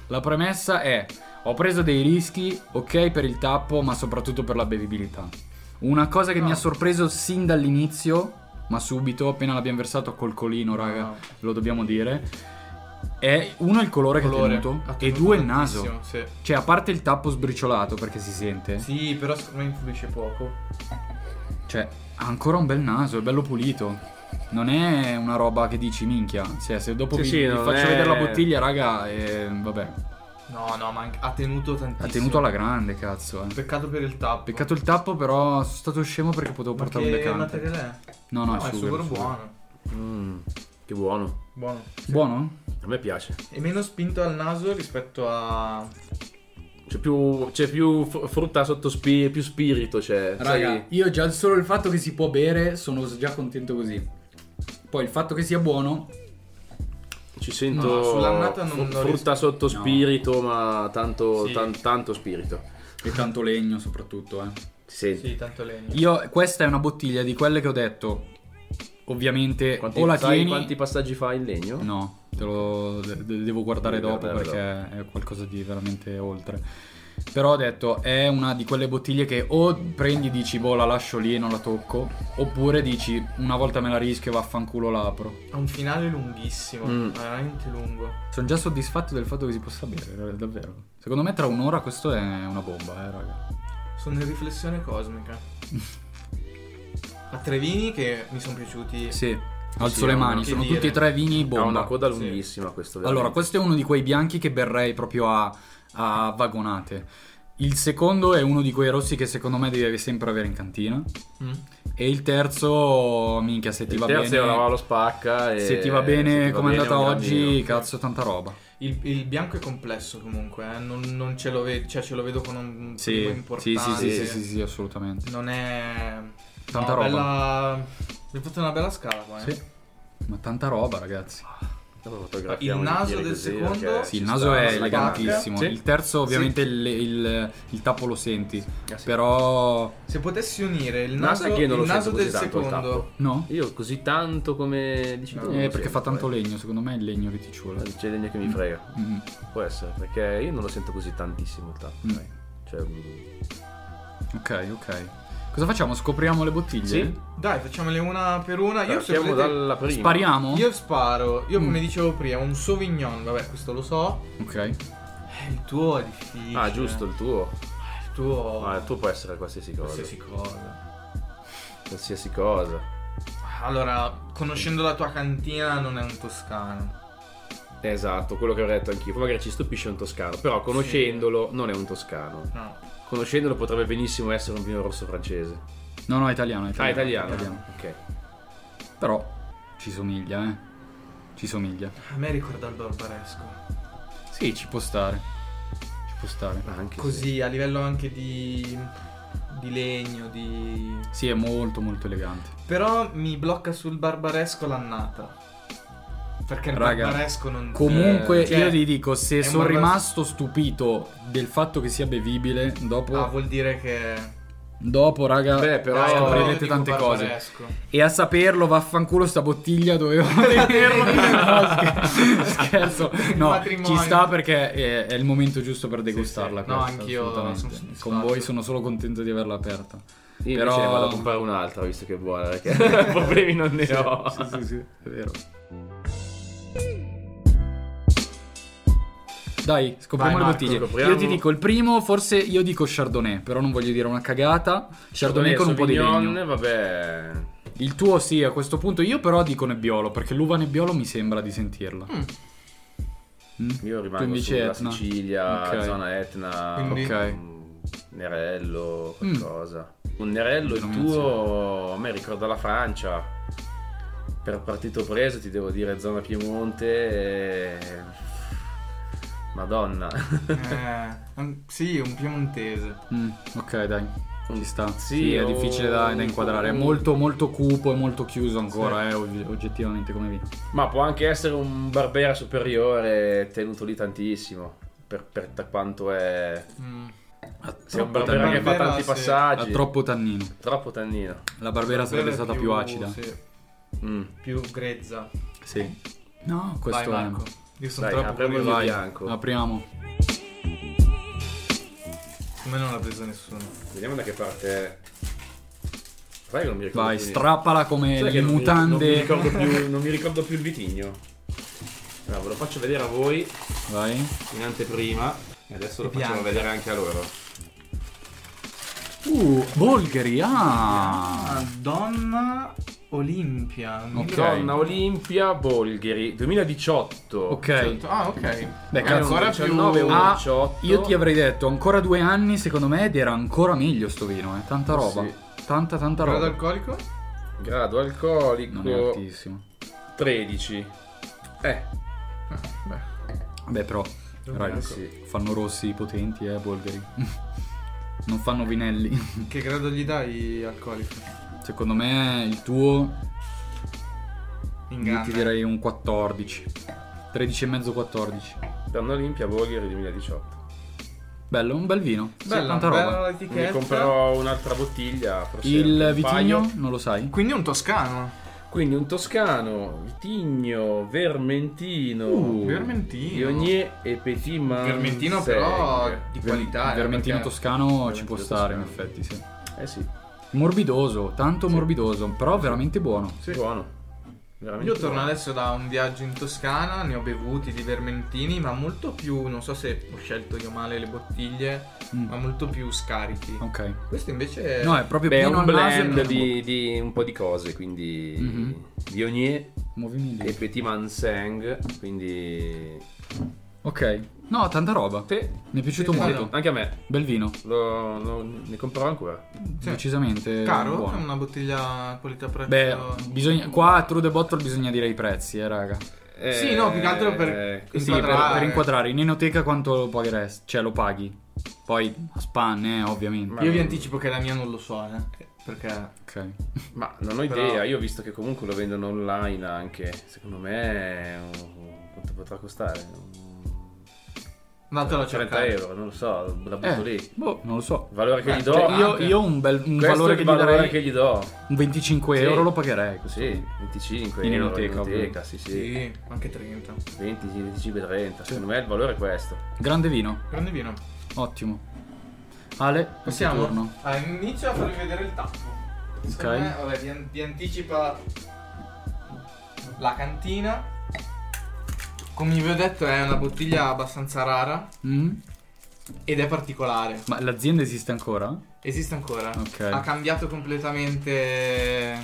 Speaker 3: La premessa è... Ho preso dei rischi, ok, per il tappo, ma soprattutto per la bevibilità. Una cosa che
Speaker 1: No.
Speaker 3: mi ha sorpreso sin dall'inizio, ma subito, appena l'abbiamo versato col colino, raga,
Speaker 1: No.
Speaker 3: lo dobbiamo dire, è uno il colore,
Speaker 1: Colore.
Speaker 3: che ha tenuto,
Speaker 1: Ha
Speaker 3: e
Speaker 1: tenuto
Speaker 3: due il naso.
Speaker 1: tantissimo, Sì.
Speaker 3: Cioè, a parte il tappo sbriciolato perché si sente,
Speaker 1: Sì, però secondo me influisce poco.
Speaker 3: cioè, ha ancora un bel naso, è bello pulito. Non è una roba che dici minchia. Cioè, se dopo
Speaker 2: Sì,
Speaker 3: vi,
Speaker 2: sì,
Speaker 3: vi
Speaker 2: non
Speaker 3: faccio
Speaker 2: è-
Speaker 3: vedere la bottiglia, raga, eh, vabbè.
Speaker 1: No, no, ma anche- ha tenuto tantissimo.
Speaker 3: Ha tenuto alla grande, cazzo. eh.
Speaker 1: Peccato per il tappo.
Speaker 3: Peccato il tappo, però sono stato scemo perché potevo
Speaker 1: Ma
Speaker 3: portare un
Speaker 1: che
Speaker 3: decante.
Speaker 1: materiale è?
Speaker 3: No, no,
Speaker 1: No,
Speaker 3: è
Speaker 1: è
Speaker 3: sughero,
Speaker 1: super
Speaker 3: è sughero.
Speaker 1: buono.
Speaker 2: Mm, che buono.
Speaker 1: Buono.
Speaker 3: Buono?
Speaker 2: A me piace.
Speaker 1: È meno spinto al naso rispetto a...
Speaker 2: C'è più, c'è più fr- frutta sotto spi- più spirito. C'è.
Speaker 3: Raga,
Speaker 2: sai-
Speaker 3: io già solo il fatto che si può bere sono già contento così. Poi il fatto che sia buono,
Speaker 2: ci sento
Speaker 1: No, sull'annata non-
Speaker 2: fr-
Speaker 1: non
Speaker 2: frutta
Speaker 1: riesco-
Speaker 2: sotto spirito, ma tanto,
Speaker 1: Sì.
Speaker 2: tan- tanto spirito.
Speaker 3: e tanto legno soprattutto, eh.
Speaker 2: Si sente.
Speaker 1: Sì, tanto legno.
Speaker 3: Io, questa è una bottiglia di quelle che ho detto. Ovviamente,
Speaker 2: Quanti,
Speaker 3: o la
Speaker 2: sai
Speaker 3: tieni.
Speaker 2: quanti passaggi fa in legno?
Speaker 3: No, te lo de- de- devo guardare
Speaker 2: Devi
Speaker 3: dopo
Speaker 2: guardare
Speaker 3: perché è qualcosa di veramente oltre. Però ho detto, è una di quelle bottiglie che o prendi e dici, boh, la lascio lì e non la tocco, oppure dici, una volta me la rischio e vaffanculo la apro.
Speaker 1: Ha un finale lunghissimo,
Speaker 2: Mm.
Speaker 1: veramente lungo.
Speaker 3: Sono già soddisfatto del fatto che si possa bere, eh, davvero. Secondo me tra un'ora questo è una bomba, eh, raga.
Speaker 1: Sono in riflessione cosmica. a tre vini che mi sono piaciuti.
Speaker 3: Sì, alzo
Speaker 2: Sì,
Speaker 3: le
Speaker 2: no,
Speaker 3: mani,
Speaker 1: che
Speaker 3: sono
Speaker 1: dire.
Speaker 3: tutti e tre vini bomba.
Speaker 2: Ha una coda
Speaker 1: Sì.
Speaker 2: lunghissima questo.
Speaker 3: Allora,
Speaker 2: veramente.
Speaker 3: questo è uno di quei bianchi che berrei proprio a, a vagonate. Il secondo è uno di quei rossi che secondo me devi sempre avere in cantina.
Speaker 1: Mm.
Speaker 3: E il terzo, minchia, se ti
Speaker 2: Il
Speaker 3: va
Speaker 2: terzo
Speaker 3: bene.
Speaker 2: era lo spacca. E
Speaker 3: se ti va bene
Speaker 2: se ti va
Speaker 3: come è andata
Speaker 2: un gran
Speaker 3: oggi,
Speaker 2: vino.
Speaker 3: cazzo, tanta roba.
Speaker 1: Il, il bianco è complesso comunque, eh, non, non ce lo vedo, cioè ce lo vedo con un primo
Speaker 3: Sì, sì,
Speaker 1: importante.
Speaker 3: sì, sì, sì, sì, sì, assolutamente.
Speaker 1: Non è... no,
Speaker 3: Tanta roba.
Speaker 1: Bella... Mi ha fatto una bella scala qua, eh.
Speaker 3: Sì. Ma tanta roba, ragazzi.
Speaker 2: Dopo
Speaker 1: Il
Speaker 2: fotografiamo
Speaker 1: naso
Speaker 2: bicchieri
Speaker 1: del
Speaker 2: così,
Speaker 1: secondo?
Speaker 3: Sì,
Speaker 2: perché Ah, ci
Speaker 3: il
Speaker 2: sta
Speaker 3: naso è
Speaker 2: la
Speaker 3: elegantissimo.
Speaker 2: spacca.
Speaker 3: Il terzo, ovviamente, il, il- il tappo lo senti. Però.
Speaker 1: Se potessi unire il
Speaker 2: Ma
Speaker 1: naso,
Speaker 2: sai che io non
Speaker 1: il
Speaker 2: lo
Speaker 1: naso
Speaker 2: sento
Speaker 1: del
Speaker 2: così tanto il
Speaker 1: secondo.
Speaker 3: No?
Speaker 2: Io così tanto come dici
Speaker 1: No,
Speaker 2: tu.
Speaker 1: eh,
Speaker 2: non
Speaker 3: Eh,
Speaker 2: lo
Speaker 3: perché
Speaker 2: sento,
Speaker 3: fa tanto
Speaker 2: eh.
Speaker 3: legno, secondo me è il legno che ti ci vuole.
Speaker 2: C'è legno che mi frega.
Speaker 3: Mm,
Speaker 2: Può essere, perché io non lo sento così tantissimo il tappo.
Speaker 3: mm.
Speaker 2: sai. Cioè, mm,
Speaker 3: Ok, ok. Cosa facciamo? Scopriamo le bottiglie?
Speaker 2: Sì.
Speaker 1: Dai, facciamole una per una. Ah, Io, se
Speaker 2: partiamo
Speaker 1: volete-
Speaker 2: dalla prima.
Speaker 3: Spariamo?
Speaker 1: io sparo. Io,
Speaker 3: Mm.
Speaker 1: come dicevo prima, un Sauvignon. Vabbè, questo lo so.
Speaker 3: Ok.
Speaker 1: Eh, il tuo è difficile.
Speaker 2: Ah, giusto, il tuo.
Speaker 1: Eh, Il tuo.
Speaker 2: Ma il tuo può essere qualsiasi cosa.
Speaker 1: Qualsiasi cosa.
Speaker 2: Qualsiasi cosa.
Speaker 1: Allora, conoscendo la tua cantina, non è un toscano.
Speaker 2: Esatto, quello che avrei detto anch'io. Poi magari ci stupisce un toscano, però conoscendolo non è un toscano.
Speaker 1: No.
Speaker 2: Conoscendolo potrebbe benissimo essere un vino rosso francese.
Speaker 3: No, no, è italiano. È
Speaker 2: Ah,
Speaker 3: italiano.
Speaker 2: italiano.
Speaker 3: italiano.
Speaker 2: Ok.
Speaker 3: Però ci somiglia, eh. Ci somiglia.
Speaker 1: A me ricorda il barbaresco.
Speaker 3: Sì, ci può stare. Ci può stare.
Speaker 2: Ma Ah, anche se-
Speaker 1: Così, a livello anche di. di legno, di.
Speaker 3: Sì, è molto molto elegante.
Speaker 1: Però mi blocca sul barbaresco l'annata. Perché il
Speaker 3: Raga,
Speaker 1: barbaresco non.
Speaker 3: Comunque
Speaker 1: cioè,
Speaker 3: io ti dico,
Speaker 1: è
Speaker 3: se
Speaker 1: un
Speaker 3: sono
Speaker 1: barbar-
Speaker 3: rimasto stupito del fatto che sia bevibile, dopo,
Speaker 1: Ah, vuol dire che.
Speaker 3: dopo raga,
Speaker 2: Beh, però-
Speaker 1: Dai, allora
Speaker 3: scoprirete
Speaker 1: io dico
Speaker 3: tante cose.
Speaker 1: barbaresco.
Speaker 3: E a saperlo, vaffanculo, sta bottiglia dovevo tenerlo. No, scher- scherzo. No,
Speaker 1: Matrimonio.
Speaker 3: ci sta perché è, è il momento giusto per degustarla.
Speaker 1: sì. No,
Speaker 3: questa,
Speaker 1: anch'io
Speaker 3: assolutamente.
Speaker 1: sono soddisfatto.
Speaker 3: Con voi sono solo contento di averla aperta.
Speaker 2: Io
Speaker 3: Però-
Speaker 2: invece ne vado a comprare un'altra, visto che è buona, perché problemi non ne ho.
Speaker 3: Sì, sì, sì, è vero. Dai, scopriamo
Speaker 1: Vai,
Speaker 3: le
Speaker 1: Marco,
Speaker 3: bottiglie.
Speaker 2: scopriamo.
Speaker 3: Io ti dico, il primo, forse io dico Chardonnay, però non voglio dire una cagata. Chardonnay con un po' di
Speaker 2: Sauvignon,
Speaker 3: legno.
Speaker 2: Vabbè.
Speaker 3: Il tuo sì, a questo punto io però dico Nebbiolo, perché l'uva Nebbiolo mi sembra di sentirla.
Speaker 1: Mm.
Speaker 3: Mm?
Speaker 2: Io
Speaker 3: Tu
Speaker 2: rimango
Speaker 3: invece
Speaker 2: sulla
Speaker 3: Etna.
Speaker 2: Sicilia,
Speaker 3: Ok.
Speaker 2: zona Etna,
Speaker 1: Quindi?
Speaker 3: Ok.
Speaker 2: un Nerello,
Speaker 3: Mm.
Speaker 2: qualcosa. Un Nerello, il tuo, a me ricorda la Francia. Per partito preso ti devo dire zona Piemonte. e- Madonna.
Speaker 1: Eh, un- sì, un piemontese.
Speaker 3: Mm, ok, dai. Ci sta.
Speaker 2: Sì,
Speaker 3: Sì, è
Speaker 2: o-
Speaker 3: difficile da, da inquadrare. È molto, molto cupo e molto chiuso ancora, eh, og- oggettivamente come vino.
Speaker 2: Ma può anche essere un Barbera superiore tenuto lì tantissimo. Per, per da quanto è.
Speaker 1: Mm.
Speaker 2: Se è
Speaker 1: Troppo
Speaker 2: un Barbera che fa
Speaker 1: Barbera,
Speaker 2: tanti
Speaker 1: sì.
Speaker 3: Ha
Speaker 2: passaggi.
Speaker 3: troppo tannino.
Speaker 2: Troppo tannino.
Speaker 3: La Barbera sarebbe
Speaker 1: Quella è
Speaker 3: stata più acida.
Speaker 1: sì,
Speaker 2: Mm.
Speaker 1: più grezza.
Speaker 3: Sì. No, questo
Speaker 1: Vai
Speaker 3: è.
Speaker 1: Marco. Io sono
Speaker 2: Dai,
Speaker 1: troppo
Speaker 2: apriamo il
Speaker 1: curioso.
Speaker 2: vai. bianco.
Speaker 3: Apriamo.
Speaker 1: Come non l'ha presa nessuno.
Speaker 2: Vediamo da che parte. Sai che non mi ricordo
Speaker 3: Vai,
Speaker 2: più niente.
Speaker 3: strappala come
Speaker 2: Sai che
Speaker 3: le
Speaker 2: non mi- Non mi,
Speaker 3: mutande.
Speaker 2: ricordo più, non mi ricordo più il vitigno. Allora, ve lo faccio vedere a voi
Speaker 3: Vai.
Speaker 2: in anteprima. E adesso lo
Speaker 1: Bianco.
Speaker 2: facciamo vedere anche a loro.
Speaker 3: Uh, Bulgari, ah.
Speaker 1: Madonna Olimpia. un
Speaker 3: Ok.
Speaker 1: mille-
Speaker 2: Donna Olimpia Bolgheri 2018.
Speaker 3: Ok.
Speaker 1: Ah, ok.
Speaker 3: Beh,
Speaker 1: Eh,
Speaker 3: cazzo,
Speaker 1: ancora
Speaker 2: un
Speaker 1: più
Speaker 2: 19, un
Speaker 3: Ah,
Speaker 2: 18.
Speaker 3: Io ti avrei detto ancora due anni, secondo me, ed era ancora meglio sto vino, eh. Tanta roba.
Speaker 2: Sì.
Speaker 3: Tanta, tanta
Speaker 1: grado
Speaker 3: roba.
Speaker 1: alcolico?
Speaker 2: Grado
Speaker 3: Non è
Speaker 2: alcolico
Speaker 3: altissimo.
Speaker 2: 13. Eh,
Speaker 3: Eh, Beh, però,
Speaker 1: Non
Speaker 3: raga,
Speaker 1: bianco.
Speaker 3: sì, fanno rossi potenti, eh, Bulgari. non fanno vinelli.
Speaker 1: Che grado gli dai alcolico?
Speaker 3: Secondo me il tuo
Speaker 1: Inganna.
Speaker 3: Io ti direi un 14. 13,5 14.
Speaker 2: Donna Olimpia Bolgheri 2018.
Speaker 3: Bello, un bel vino. Sì,
Speaker 1: Bella,
Speaker 3: tanta roba.
Speaker 1: bella
Speaker 2: Mi
Speaker 1: etichetta.
Speaker 2: comprerò un'altra bottiglia. forse
Speaker 3: Il
Speaker 2: un paio.
Speaker 3: vitigno non lo sai?
Speaker 1: Quindi è un toscano.
Speaker 2: Quindi un toscano, vitigno, vermentino,
Speaker 3: Uh,
Speaker 1: Vermentino.
Speaker 2: Pionier e Petit Manseg.
Speaker 1: Vermentino però di qualità. eh,
Speaker 3: Vermentino
Speaker 1: perché-
Speaker 3: toscano ci
Speaker 2: Vermentino
Speaker 3: può stare, in
Speaker 2: toscano.
Speaker 3: effetti, sì.
Speaker 2: Eh sì,
Speaker 3: Morbidoso, tanto morbidoso, però veramente buono.
Speaker 1: Sì.
Speaker 2: buono. Veramente
Speaker 1: Io torno
Speaker 2: buono.
Speaker 1: adesso da un viaggio in Toscana, ne ho bevuti di vermentini, ma molto più, non so se ho scelto io male le bottiglie,
Speaker 3: Mm,
Speaker 1: ma molto più scarichi.
Speaker 3: Ok.
Speaker 1: Questo invece
Speaker 3: No, è proprio
Speaker 2: Beh, è
Speaker 3: pieno
Speaker 2: un
Speaker 3: al naso e
Speaker 2: blend
Speaker 3: pieno alla
Speaker 2: di, di un po' di cose, quindi
Speaker 3: Mhm.
Speaker 2: Viognier
Speaker 3: bocca. Movimenti.
Speaker 2: e Petit Manseng, quindi
Speaker 3: Ok. No, tanta roba.
Speaker 2: Sì.
Speaker 3: Mi è piaciuto
Speaker 1: Sì, sì,
Speaker 3: molto.
Speaker 1: no.
Speaker 2: anche a me,
Speaker 3: Bel vino,
Speaker 2: lo, lo- ne comprerò ancora.
Speaker 1: Sì.
Speaker 3: decisamente
Speaker 1: caro, è
Speaker 3: buono.
Speaker 1: una bottiglia qualità prezzo.
Speaker 3: Beh, bisogna, qua a True the Bottle bisogna dire i prezzi, eh, raga.
Speaker 1: Sì, no, più che altro per-
Speaker 2: Eh,
Speaker 3: Sì, per, per inquadrare in enoteca quanto lo pagheresti, cioè lo paghi. Poi a spanne, eh, ovviamente.
Speaker 2: Ma-
Speaker 1: Io vi anticipo che la mia non lo so, eh. Perché
Speaker 3: Ok.
Speaker 2: Ma non ho
Speaker 1: Però-
Speaker 2: idea, io ho visto che comunque lo vendono online anche. Secondo me eh, quanto potrà costare?
Speaker 1: Vattelo a
Speaker 2: 30
Speaker 1: cercare.
Speaker 2: euro, non lo so, la butto
Speaker 3: Eh,
Speaker 2: lì.
Speaker 3: boh, non lo so.
Speaker 2: Il valore che gli do.
Speaker 3: Cioè, io,
Speaker 1: anche.
Speaker 3: io un, bel, un
Speaker 2: questo
Speaker 3: valore
Speaker 2: è
Speaker 3: che
Speaker 2: il
Speaker 3: gli
Speaker 2: valore
Speaker 3: darei,
Speaker 2: che gli do.
Speaker 3: un 25
Speaker 2: Sì.
Speaker 3: euro lo pagherei. questo.
Speaker 2: Sì, 25
Speaker 3: In
Speaker 2: euro
Speaker 3: enoteca, ovvio.
Speaker 2: sì, sì.
Speaker 1: Sì, anche 30.
Speaker 2: 20, 25, 30. Secondo me il valore è questo.
Speaker 3: Grande vino,
Speaker 1: Grande vino.
Speaker 3: ottimo. Ale, il tuo
Speaker 1: Possiamo?
Speaker 3: turno.
Speaker 1: Ah, inizio a farvi vedere il tappo. Secondo
Speaker 3: Ok.
Speaker 1: me, vabbè, vi, an- vi anticipa la cantina. Come vi ho detto è una bottiglia abbastanza rara
Speaker 3: Mm?
Speaker 1: ed è particolare.
Speaker 3: Ma l'azienda esiste ancora?
Speaker 1: Esiste ancora.
Speaker 3: Ok.
Speaker 1: Ha cambiato completamente...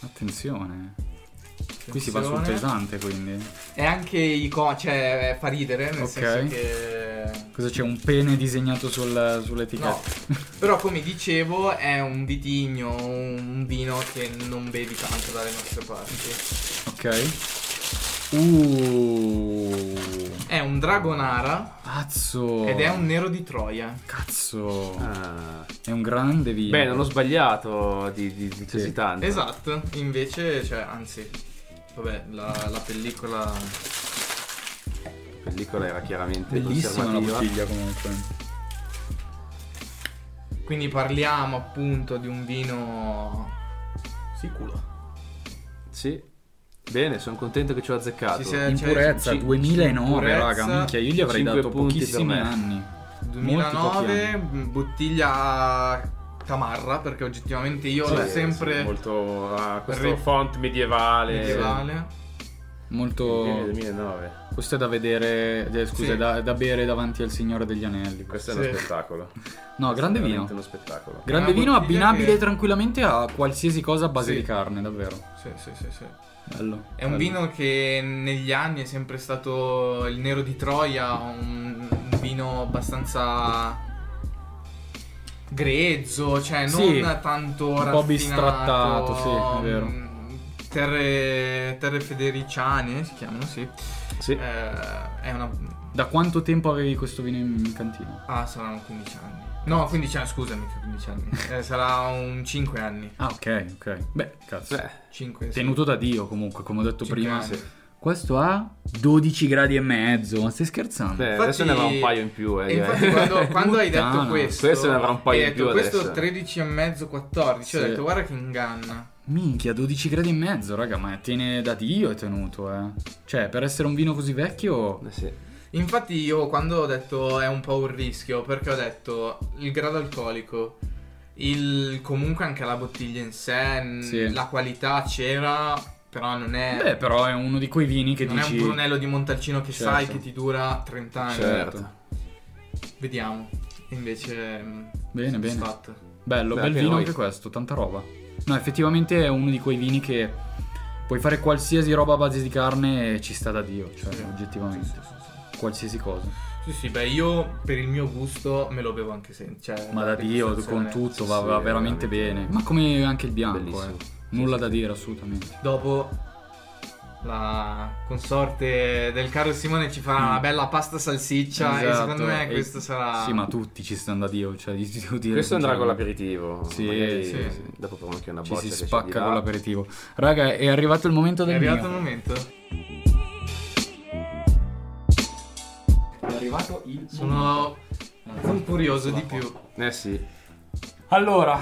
Speaker 3: Attenzione. Qui si va sul
Speaker 1: attenzione.
Speaker 3: pesante, quindi.
Speaker 1: E anche i co- cioè fa ridere, nel
Speaker 3: Ok.
Speaker 1: senso che...
Speaker 3: Cosa c'è? Un pene disegnato sul-
Speaker 1: No,
Speaker 3: sull'etichetta?
Speaker 1: però come dicevo è un vitigno, un vino che non bevi tanto dalle nostre parti.
Speaker 3: Ok. Uh.
Speaker 1: È un Dragonara
Speaker 2: Oh.
Speaker 3: Cazzo.
Speaker 1: ed è un nero di Troia.
Speaker 3: Cazzo.
Speaker 2: Ah.
Speaker 3: È un grande vino.
Speaker 2: Beh, non ho sbagliato di, di, di così
Speaker 3: Sì.
Speaker 2: tanto.
Speaker 1: Esatto, invece, cioè, anzi, vabbè, la, la pellicola...
Speaker 2: La pellicola era chiaramente
Speaker 3: Bellissima la
Speaker 2: conservativa.
Speaker 3: bottiglia comunque.
Speaker 1: Quindi parliamo appunto di un vino... Sicuro.
Speaker 2: Sì. Bene, sono contento che ci ho azzeccato.
Speaker 1: Ci sei- Eh,
Speaker 3: In
Speaker 1: cioè,
Speaker 3: purezza
Speaker 2: ci-
Speaker 3: 2009,
Speaker 1: purezza,
Speaker 3: raga, minchia, io gli avrei
Speaker 2: cinque
Speaker 3: dato
Speaker 2: punti per
Speaker 3: pochissimi
Speaker 2: me.
Speaker 3: anni. Molti
Speaker 1: 2009,
Speaker 3: pochi
Speaker 1: bottiglia Camarra, perché oggettivamente io
Speaker 2: Sì,
Speaker 1: l'ho
Speaker 2: sì,
Speaker 1: Cioè, sempre...
Speaker 2: molto ah, questo
Speaker 1: Re-
Speaker 2: font medievale.
Speaker 1: medievale.
Speaker 2: Viene del
Speaker 3: Molto
Speaker 2: 2009.
Speaker 3: questo è da vedere, eh, scusa,
Speaker 1: Sì.
Speaker 3: è da, da bere davanti al Signore degli Anelli.
Speaker 2: Questo è
Speaker 1: Sì.
Speaker 2: uno spettacolo.
Speaker 3: No, grande
Speaker 2: Veramente
Speaker 3: vino.
Speaker 2: uno spettacolo.
Speaker 3: Grande
Speaker 1: Una
Speaker 3: vino
Speaker 1: bottiglia
Speaker 3: abbinabile
Speaker 1: Ah, che-
Speaker 3: tranquillamente a qualsiasi cosa a base
Speaker 1: Sì.
Speaker 3: di carne, davvero.
Speaker 1: Sì, sì, sì, sì.
Speaker 3: Bello.
Speaker 1: È un
Speaker 3: bello.
Speaker 1: vino che negli anni è sempre stato il nero di Troia, un, un vino abbastanza grezzo, cioè non
Speaker 3: Sì,
Speaker 1: tanto
Speaker 3: un po'
Speaker 1: raffinato.
Speaker 3: bistrattato, sì, è vero.
Speaker 1: mm, Terre, terre federiciane si chiamano, sì.
Speaker 2: Sì.
Speaker 1: Eh, è una...
Speaker 3: Da quanto tempo avevi questo vino in cantina?
Speaker 1: Ah, saranno 15 anni. No, 15 anni, scusami, che 15 anni. Eh, sarà un 5 anni.
Speaker 3: Ah, ok, ok. Beh, cazzo.
Speaker 2: Beh,
Speaker 1: 5,
Speaker 3: Tenuto da Dio comunque, come ho detto prima.
Speaker 1: anni.
Speaker 3: Questo ha 12 gradi e mezzo, ma stai scherzando?
Speaker 2: beh,
Speaker 1: Infatti-
Speaker 2: adesso ne avrà un paio in più. Eh,
Speaker 1: E infatti
Speaker 2: direi.
Speaker 1: quando, quando hai detto
Speaker 3: Puttana.
Speaker 1: questo
Speaker 2: Questo ne avrà un paio
Speaker 1: hai
Speaker 2: in
Speaker 1: detto
Speaker 2: più
Speaker 1: questo
Speaker 2: adesso.
Speaker 1: 13 e mezzo 14 ho
Speaker 3: Sì.
Speaker 1: detto guarda che inganna
Speaker 3: Minchia, 12 gradi e mezzo, raga, ma tiene da Dio è tenuto, eh. Cioè, per essere un vino così vecchio...
Speaker 2: Eh sì.
Speaker 1: infatti io quando ho detto è un po' un rischio perché ho detto il grado alcolico il comunque anche la bottiglia in sé n-
Speaker 3: Sì.
Speaker 1: la qualità c'era però non è
Speaker 3: Beh, però è uno di quei vini che
Speaker 1: Eh. non
Speaker 3: dici...
Speaker 1: è un brunello esatto. di Montalcino che
Speaker 3: Certo.
Speaker 1: sai che ti dura 30 anni
Speaker 2: Certo.
Speaker 1: vediamo invece mh,
Speaker 3: Bene, bene.
Speaker 1: soddisfatto.
Speaker 3: Bello,
Speaker 2: Beh,
Speaker 3: bel
Speaker 2: anche
Speaker 3: vino
Speaker 2: noi.
Speaker 3: anche questo, tanta roba. No, effettivamente è uno di quei vini che puoi fare qualsiasi roba a base di carne e ci sta da Dio, cioè,
Speaker 2: Eh,
Speaker 1: Sì.
Speaker 3: oggettivamente.
Speaker 1: Sì, sì, sì, sì.
Speaker 3: Qualsiasi cosa.
Speaker 1: Sì, sì, beh, io per il mio gusto me lo bevo anche senza. Cioè,
Speaker 3: Ma
Speaker 1: la
Speaker 3: da Dio, con
Speaker 1: degustazione.
Speaker 3: tutto,
Speaker 2: sì,
Speaker 3: va,
Speaker 2: sì,
Speaker 3: va veramente
Speaker 2: veramente.
Speaker 3: bene. Ma come anche il
Speaker 1: Ah,
Speaker 3: bianco,
Speaker 2: Bellissimo.
Speaker 3: eh. Nulla da dire, assolutamente.
Speaker 1: Dopo la consorte del caro Simone ci farà
Speaker 3: Mm.
Speaker 1: una bella pasta salsiccia e
Speaker 3: Esatto,
Speaker 1: Cioè, secondo me
Speaker 3: e-
Speaker 1: questo sarà...
Speaker 3: Sì, ma tutti ci stanno da Dio, cioè, gli devo dire.
Speaker 2: Questo andrà con boh,
Speaker 3: sinceramente.
Speaker 2: l'aperitivo.
Speaker 3: Sì,
Speaker 2: magari
Speaker 1: sì, sì.
Speaker 2: Dopo provo anche una
Speaker 3: Ci
Speaker 2: boccia.
Speaker 3: si
Speaker 2: che c'è di
Speaker 3: spacca
Speaker 2: là.
Speaker 3: con l'aperitivo. Raga, è arrivato il momento
Speaker 1: È
Speaker 3: del
Speaker 1: arrivato il
Speaker 3: mio.
Speaker 1: momento.
Speaker 3: È arrivato il
Speaker 1: Sono un curioso di più.
Speaker 2: Eh sì.
Speaker 3: Allora,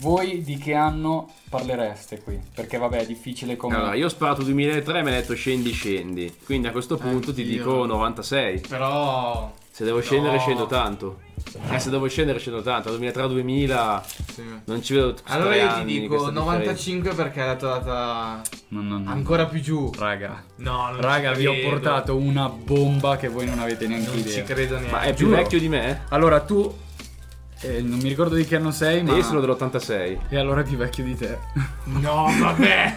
Speaker 3: voi di che anno parlereste qui? Perché vabbè, è difficile come...
Speaker 2: Allora, io ho sparato 2003 e mi hai detto scendi, scendi. Quindi a questo punto ti
Speaker 1: Anch'io.
Speaker 2: dico 96.
Speaker 1: Però...
Speaker 2: Se devo scendere,
Speaker 1: No.
Speaker 2: scendo tanto. Eh, se devo scendere, scendo tanto. 2003-2000
Speaker 1: sì.
Speaker 2: non ci vedo. questi
Speaker 1: Allora
Speaker 2: tre
Speaker 1: io ti
Speaker 2: anni,
Speaker 1: dico
Speaker 2: questa differenza.
Speaker 1: 95 perché è la tua data
Speaker 3: No, no, no.
Speaker 1: ancora più giù.
Speaker 3: Raga,
Speaker 1: No, non
Speaker 3: raga,
Speaker 1: ci
Speaker 3: vi ho
Speaker 1: credo.
Speaker 3: portato una bomba che voi non avete neanche
Speaker 1: Non
Speaker 3: idea.
Speaker 1: ci credo neanche.
Speaker 2: Ma è più
Speaker 3: Giuro.
Speaker 2: vecchio di me?
Speaker 3: Allora, tu... eh, non mi ricordo di che anno sei, ma...
Speaker 2: Io sono dell'86.
Speaker 3: E allora è più vecchio di te.
Speaker 1: No, vabbè.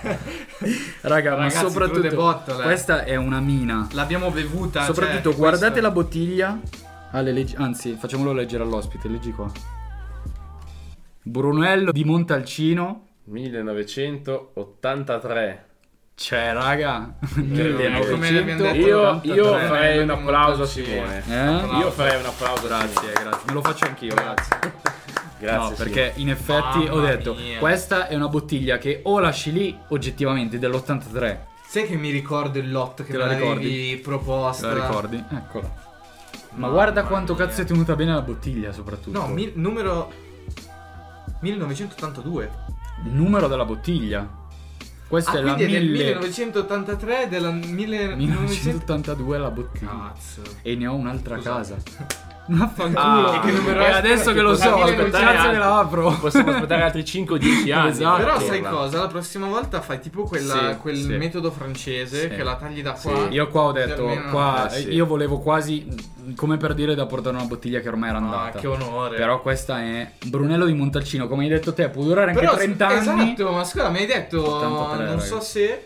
Speaker 3: Raga,
Speaker 1: Ragazzi,
Speaker 3: ma
Speaker 1: crude
Speaker 3: soprattutto...
Speaker 1: bottole.
Speaker 3: Questa è una mina.
Speaker 1: L'abbiamo bevuta.
Speaker 3: soprattutto
Speaker 1: cioè,
Speaker 3: guardate
Speaker 1: questo-
Speaker 3: la bottiglia. Ale, leggi- anzi, facciamolo leggere all'ospite, leggi qua. Brunello di Montalcino.
Speaker 2: 1983.
Speaker 3: Cioè, raga.
Speaker 1: Eh, come abbiamo detto,
Speaker 2: Io, io
Speaker 1: 83,
Speaker 2: farei un
Speaker 1: non
Speaker 2: applauso a
Speaker 1: sì.
Speaker 2: Simone.
Speaker 3: Eh?
Speaker 2: Io farei un applauso. Grazie,
Speaker 3: Grazie, lo faccio anch'io, grazie.
Speaker 2: Grazie.
Speaker 3: no,
Speaker 2: sì.
Speaker 3: perché in effetti ho
Speaker 1: Mamma
Speaker 3: detto,
Speaker 1: mia.
Speaker 3: questa è una bottiglia che o lasci lì oggettivamente dell'83,
Speaker 1: Sai che mi ricordo il lot che me
Speaker 3: Te la
Speaker 1: l'avevi proposta?
Speaker 3: te la ricordi? Eccola. Ma
Speaker 1: Mamma
Speaker 3: guarda quanto
Speaker 1: mia.
Speaker 3: cazzo è tenuta bene la bottiglia soprattutto.
Speaker 1: No, mil- numero 1982.
Speaker 3: Il numero della bottiglia. Questa
Speaker 1: ah,
Speaker 3: è la
Speaker 1: quindi è del
Speaker 3: 1000
Speaker 1: 1983 della 1900
Speaker 3: 1982 la bottiglia.
Speaker 1: Cazzo.
Speaker 3: E ne ho un'altra a casa.
Speaker 2: Ah,
Speaker 3: Vaffanculo.
Speaker 1: E che numero
Speaker 3: Ah. e
Speaker 1: è?
Speaker 3: adesso che lo
Speaker 1: Possiamo
Speaker 3: so,
Speaker 1: aspettare
Speaker 3: cazzo
Speaker 2: altri-
Speaker 3: che la apro.
Speaker 2: Possiamo aspettare altri 5-10 anni.
Speaker 3: Esatto.
Speaker 2: per
Speaker 1: Però sai
Speaker 2: averla.
Speaker 1: cosa? La prossima volta fai tipo quella-
Speaker 3: Sì,
Speaker 1: quel
Speaker 3: sì.
Speaker 1: metodo francese
Speaker 3: Sì.
Speaker 1: che la tagli da
Speaker 2: Sì,
Speaker 1: qua.
Speaker 3: Io qua ho detto,
Speaker 1: Almeno-
Speaker 3: qua,
Speaker 2: Eh, sì.
Speaker 3: io volevo quasi, mh, come per dire, da portare una bottiglia che ormai era
Speaker 1: Ah,
Speaker 3: andata.
Speaker 1: che onore.
Speaker 3: Però questa è Brunello di Montalcino, come hai detto te, può durare anche
Speaker 1: Però-
Speaker 3: 30 anni.
Speaker 1: Esatto, ma scusa, mi hai detto
Speaker 3: 83,
Speaker 1: non
Speaker 3: raga.
Speaker 1: so se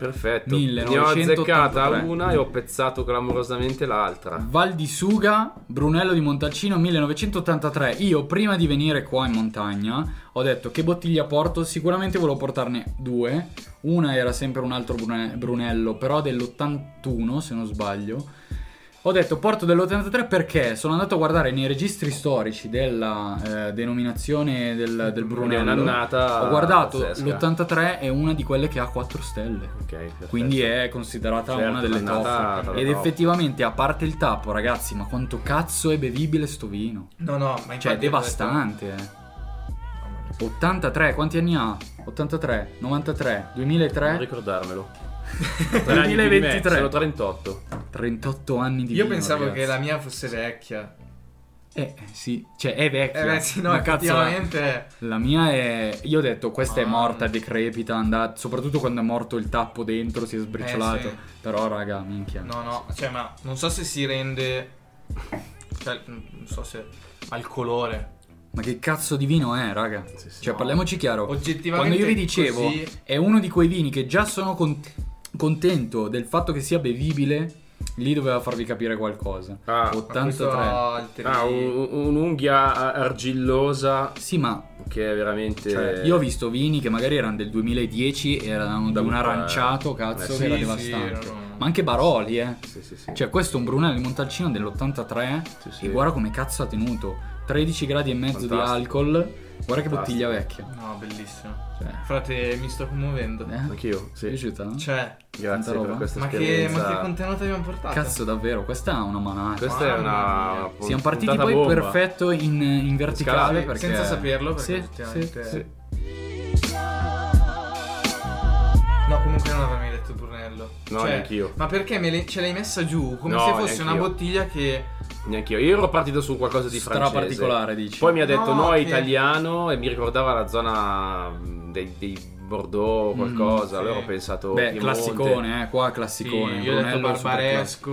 Speaker 2: Perfetto. Ne ho
Speaker 3: 1983.
Speaker 2: azzeccata una e ho pezzato clamorosamente l'altra.
Speaker 3: Val di Suga, Brunello di Montalcino 1983. Io prima di venire qua in montagna ho detto che bottiglia porto, sicuramente volevo portarne due. Una era sempre un altro Brune- Brunello, però dell'81 se non sbaglio. Ho detto porto dell'83 perché sono andato a guardare nei registri storici della eh, denominazione del, del
Speaker 2: Quindi è
Speaker 3: Brunello.
Speaker 2: un'annata.
Speaker 3: Ho guardato
Speaker 2: pazzesca.
Speaker 3: l'83 è una di quelle che ha 4 stelle.
Speaker 2: Ok, perfetto.
Speaker 3: Quindi è considerata
Speaker 2: Certo,
Speaker 3: una delle top.
Speaker 2: un'annata tra le
Speaker 3: Ed
Speaker 2: top.
Speaker 3: effettivamente, a parte il tappo, ragazzi, ma quanto cazzo è bevibile sto vino?
Speaker 1: No, no, ma infatti
Speaker 3: Cioè, è devastante, eh. 83, quanti anni ha? 83, 93,
Speaker 2: Non
Speaker 3: 2003,
Speaker 2: ricordarmelo.
Speaker 3: 2023.
Speaker 2: Sono 38.
Speaker 3: 38 anni di
Speaker 1: Io
Speaker 3: vino,
Speaker 1: pensavo
Speaker 3: ragazzi.
Speaker 1: che la mia fosse vecchia.
Speaker 3: Eh, eh, sì, cioè, è vecchia.
Speaker 1: Eh beh, sì, no,
Speaker 3: ma cazzo, la-
Speaker 1: effettivamente
Speaker 3: La mia è. Io ho detto, questa è
Speaker 1: Mamma.
Speaker 3: morta, è decrepita, andata. Soprattutto quando è morto il tappo dentro, si è sbriciolato.
Speaker 1: Eh, sì.
Speaker 3: Però, raga, minchia.
Speaker 1: No, no, cioè, ma non so se si rende cioè, non so se al colore.
Speaker 3: Ma che cazzo di vino è, raga?
Speaker 2: Sì, sì.
Speaker 3: cioè, parliamoci chiaro.
Speaker 1: Oggettivamente
Speaker 3: Quando io vi dicevo,
Speaker 1: così-
Speaker 3: è uno di quei vini che già sono con- contento del fatto che sia bevibile, lì doveva farvi capire qualcosa.
Speaker 2: Ah,
Speaker 1: ma questo
Speaker 3: 83.
Speaker 1: ha altri-
Speaker 2: Ah, un- un'unghia a- argillosa
Speaker 3: Sì, ma
Speaker 2: che è veramente.
Speaker 3: cioè, io ho visto vini che magari erano del 2010 e erano da un
Speaker 2: Dunque,
Speaker 3: aranciato,
Speaker 2: eh,
Speaker 3: cazzo,
Speaker 2: sì,
Speaker 3: che era
Speaker 1: sì,
Speaker 3: devastante.
Speaker 1: erano-
Speaker 3: Ma anche Baroli, eh.
Speaker 2: Sì, sì, sì.
Speaker 3: Cioè, questo è un Brunello di Montalcino dell'83
Speaker 2: Sì, sì.
Speaker 3: e guarda come cazzo ha tenuto. 13 gradi e mezzo di
Speaker 2: Fantastico.
Speaker 3: alcol. Guarda che
Speaker 2: Fantastico.
Speaker 3: bottiglia vecchia.
Speaker 1: No, bellissimo.
Speaker 3: Cioè,
Speaker 1: Frate, mi sto commuovendo.
Speaker 3: eh?
Speaker 2: Anch'io.
Speaker 3: Ti è
Speaker 2: Sì.
Speaker 3: piaciuta? no?
Speaker 1: Cioè,
Speaker 2: Grazie
Speaker 3: tanta roba.
Speaker 2: per questa
Speaker 1: ma che,
Speaker 2: esperienza.
Speaker 1: ma che contenuto abbiamo portato?
Speaker 3: Cazzo, davvero, questa è una manata.
Speaker 2: Questa è
Speaker 1: Mamma mia.
Speaker 2: una. pun-
Speaker 3: Siamo partiti
Speaker 2: puntata
Speaker 3: poi
Speaker 2: bomba.
Speaker 3: perfetto in, in verticale
Speaker 2: Scalate,
Speaker 3: perché...
Speaker 1: senza saperlo, perché
Speaker 3: sì,
Speaker 1: effettivamente-
Speaker 3: sì, sì.
Speaker 1: No, comunque non avrei mai detto Brunello.
Speaker 2: No,
Speaker 1: Cioè,
Speaker 2: neanch'io.
Speaker 1: Ma perché me le- ce l'hai messa giù? Come
Speaker 2: No,
Speaker 1: se fosse una
Speaker 2: neanch'io.
Speaker 1: bottiglia che.
Speaker 2: Neanch'io. Io ero partito su qualcosa di
Speaker 3: Stra
Speaker 2: francese.
Speaker 3: particolare, dici.
Speaker 2: Poi mi ha detto
Speaker 1: No,
Speaker 2: no, è
Speaker 1: che-
Speaker 2: italiano e mi ricordava la zona mh, dei, dei Bordeaux o qualcosa.
Speaker 1: Mm, sì.
Speaker 2: Allora ho pensato.
Speaker 3: Beh,
Speaker 2: Piemonte.
Speaker 3: classicone, eh, qua classicone.
Speaker 1: Sì, io ho detto
Speaker 3: Brunello, super
Speaker 1: barbaresco.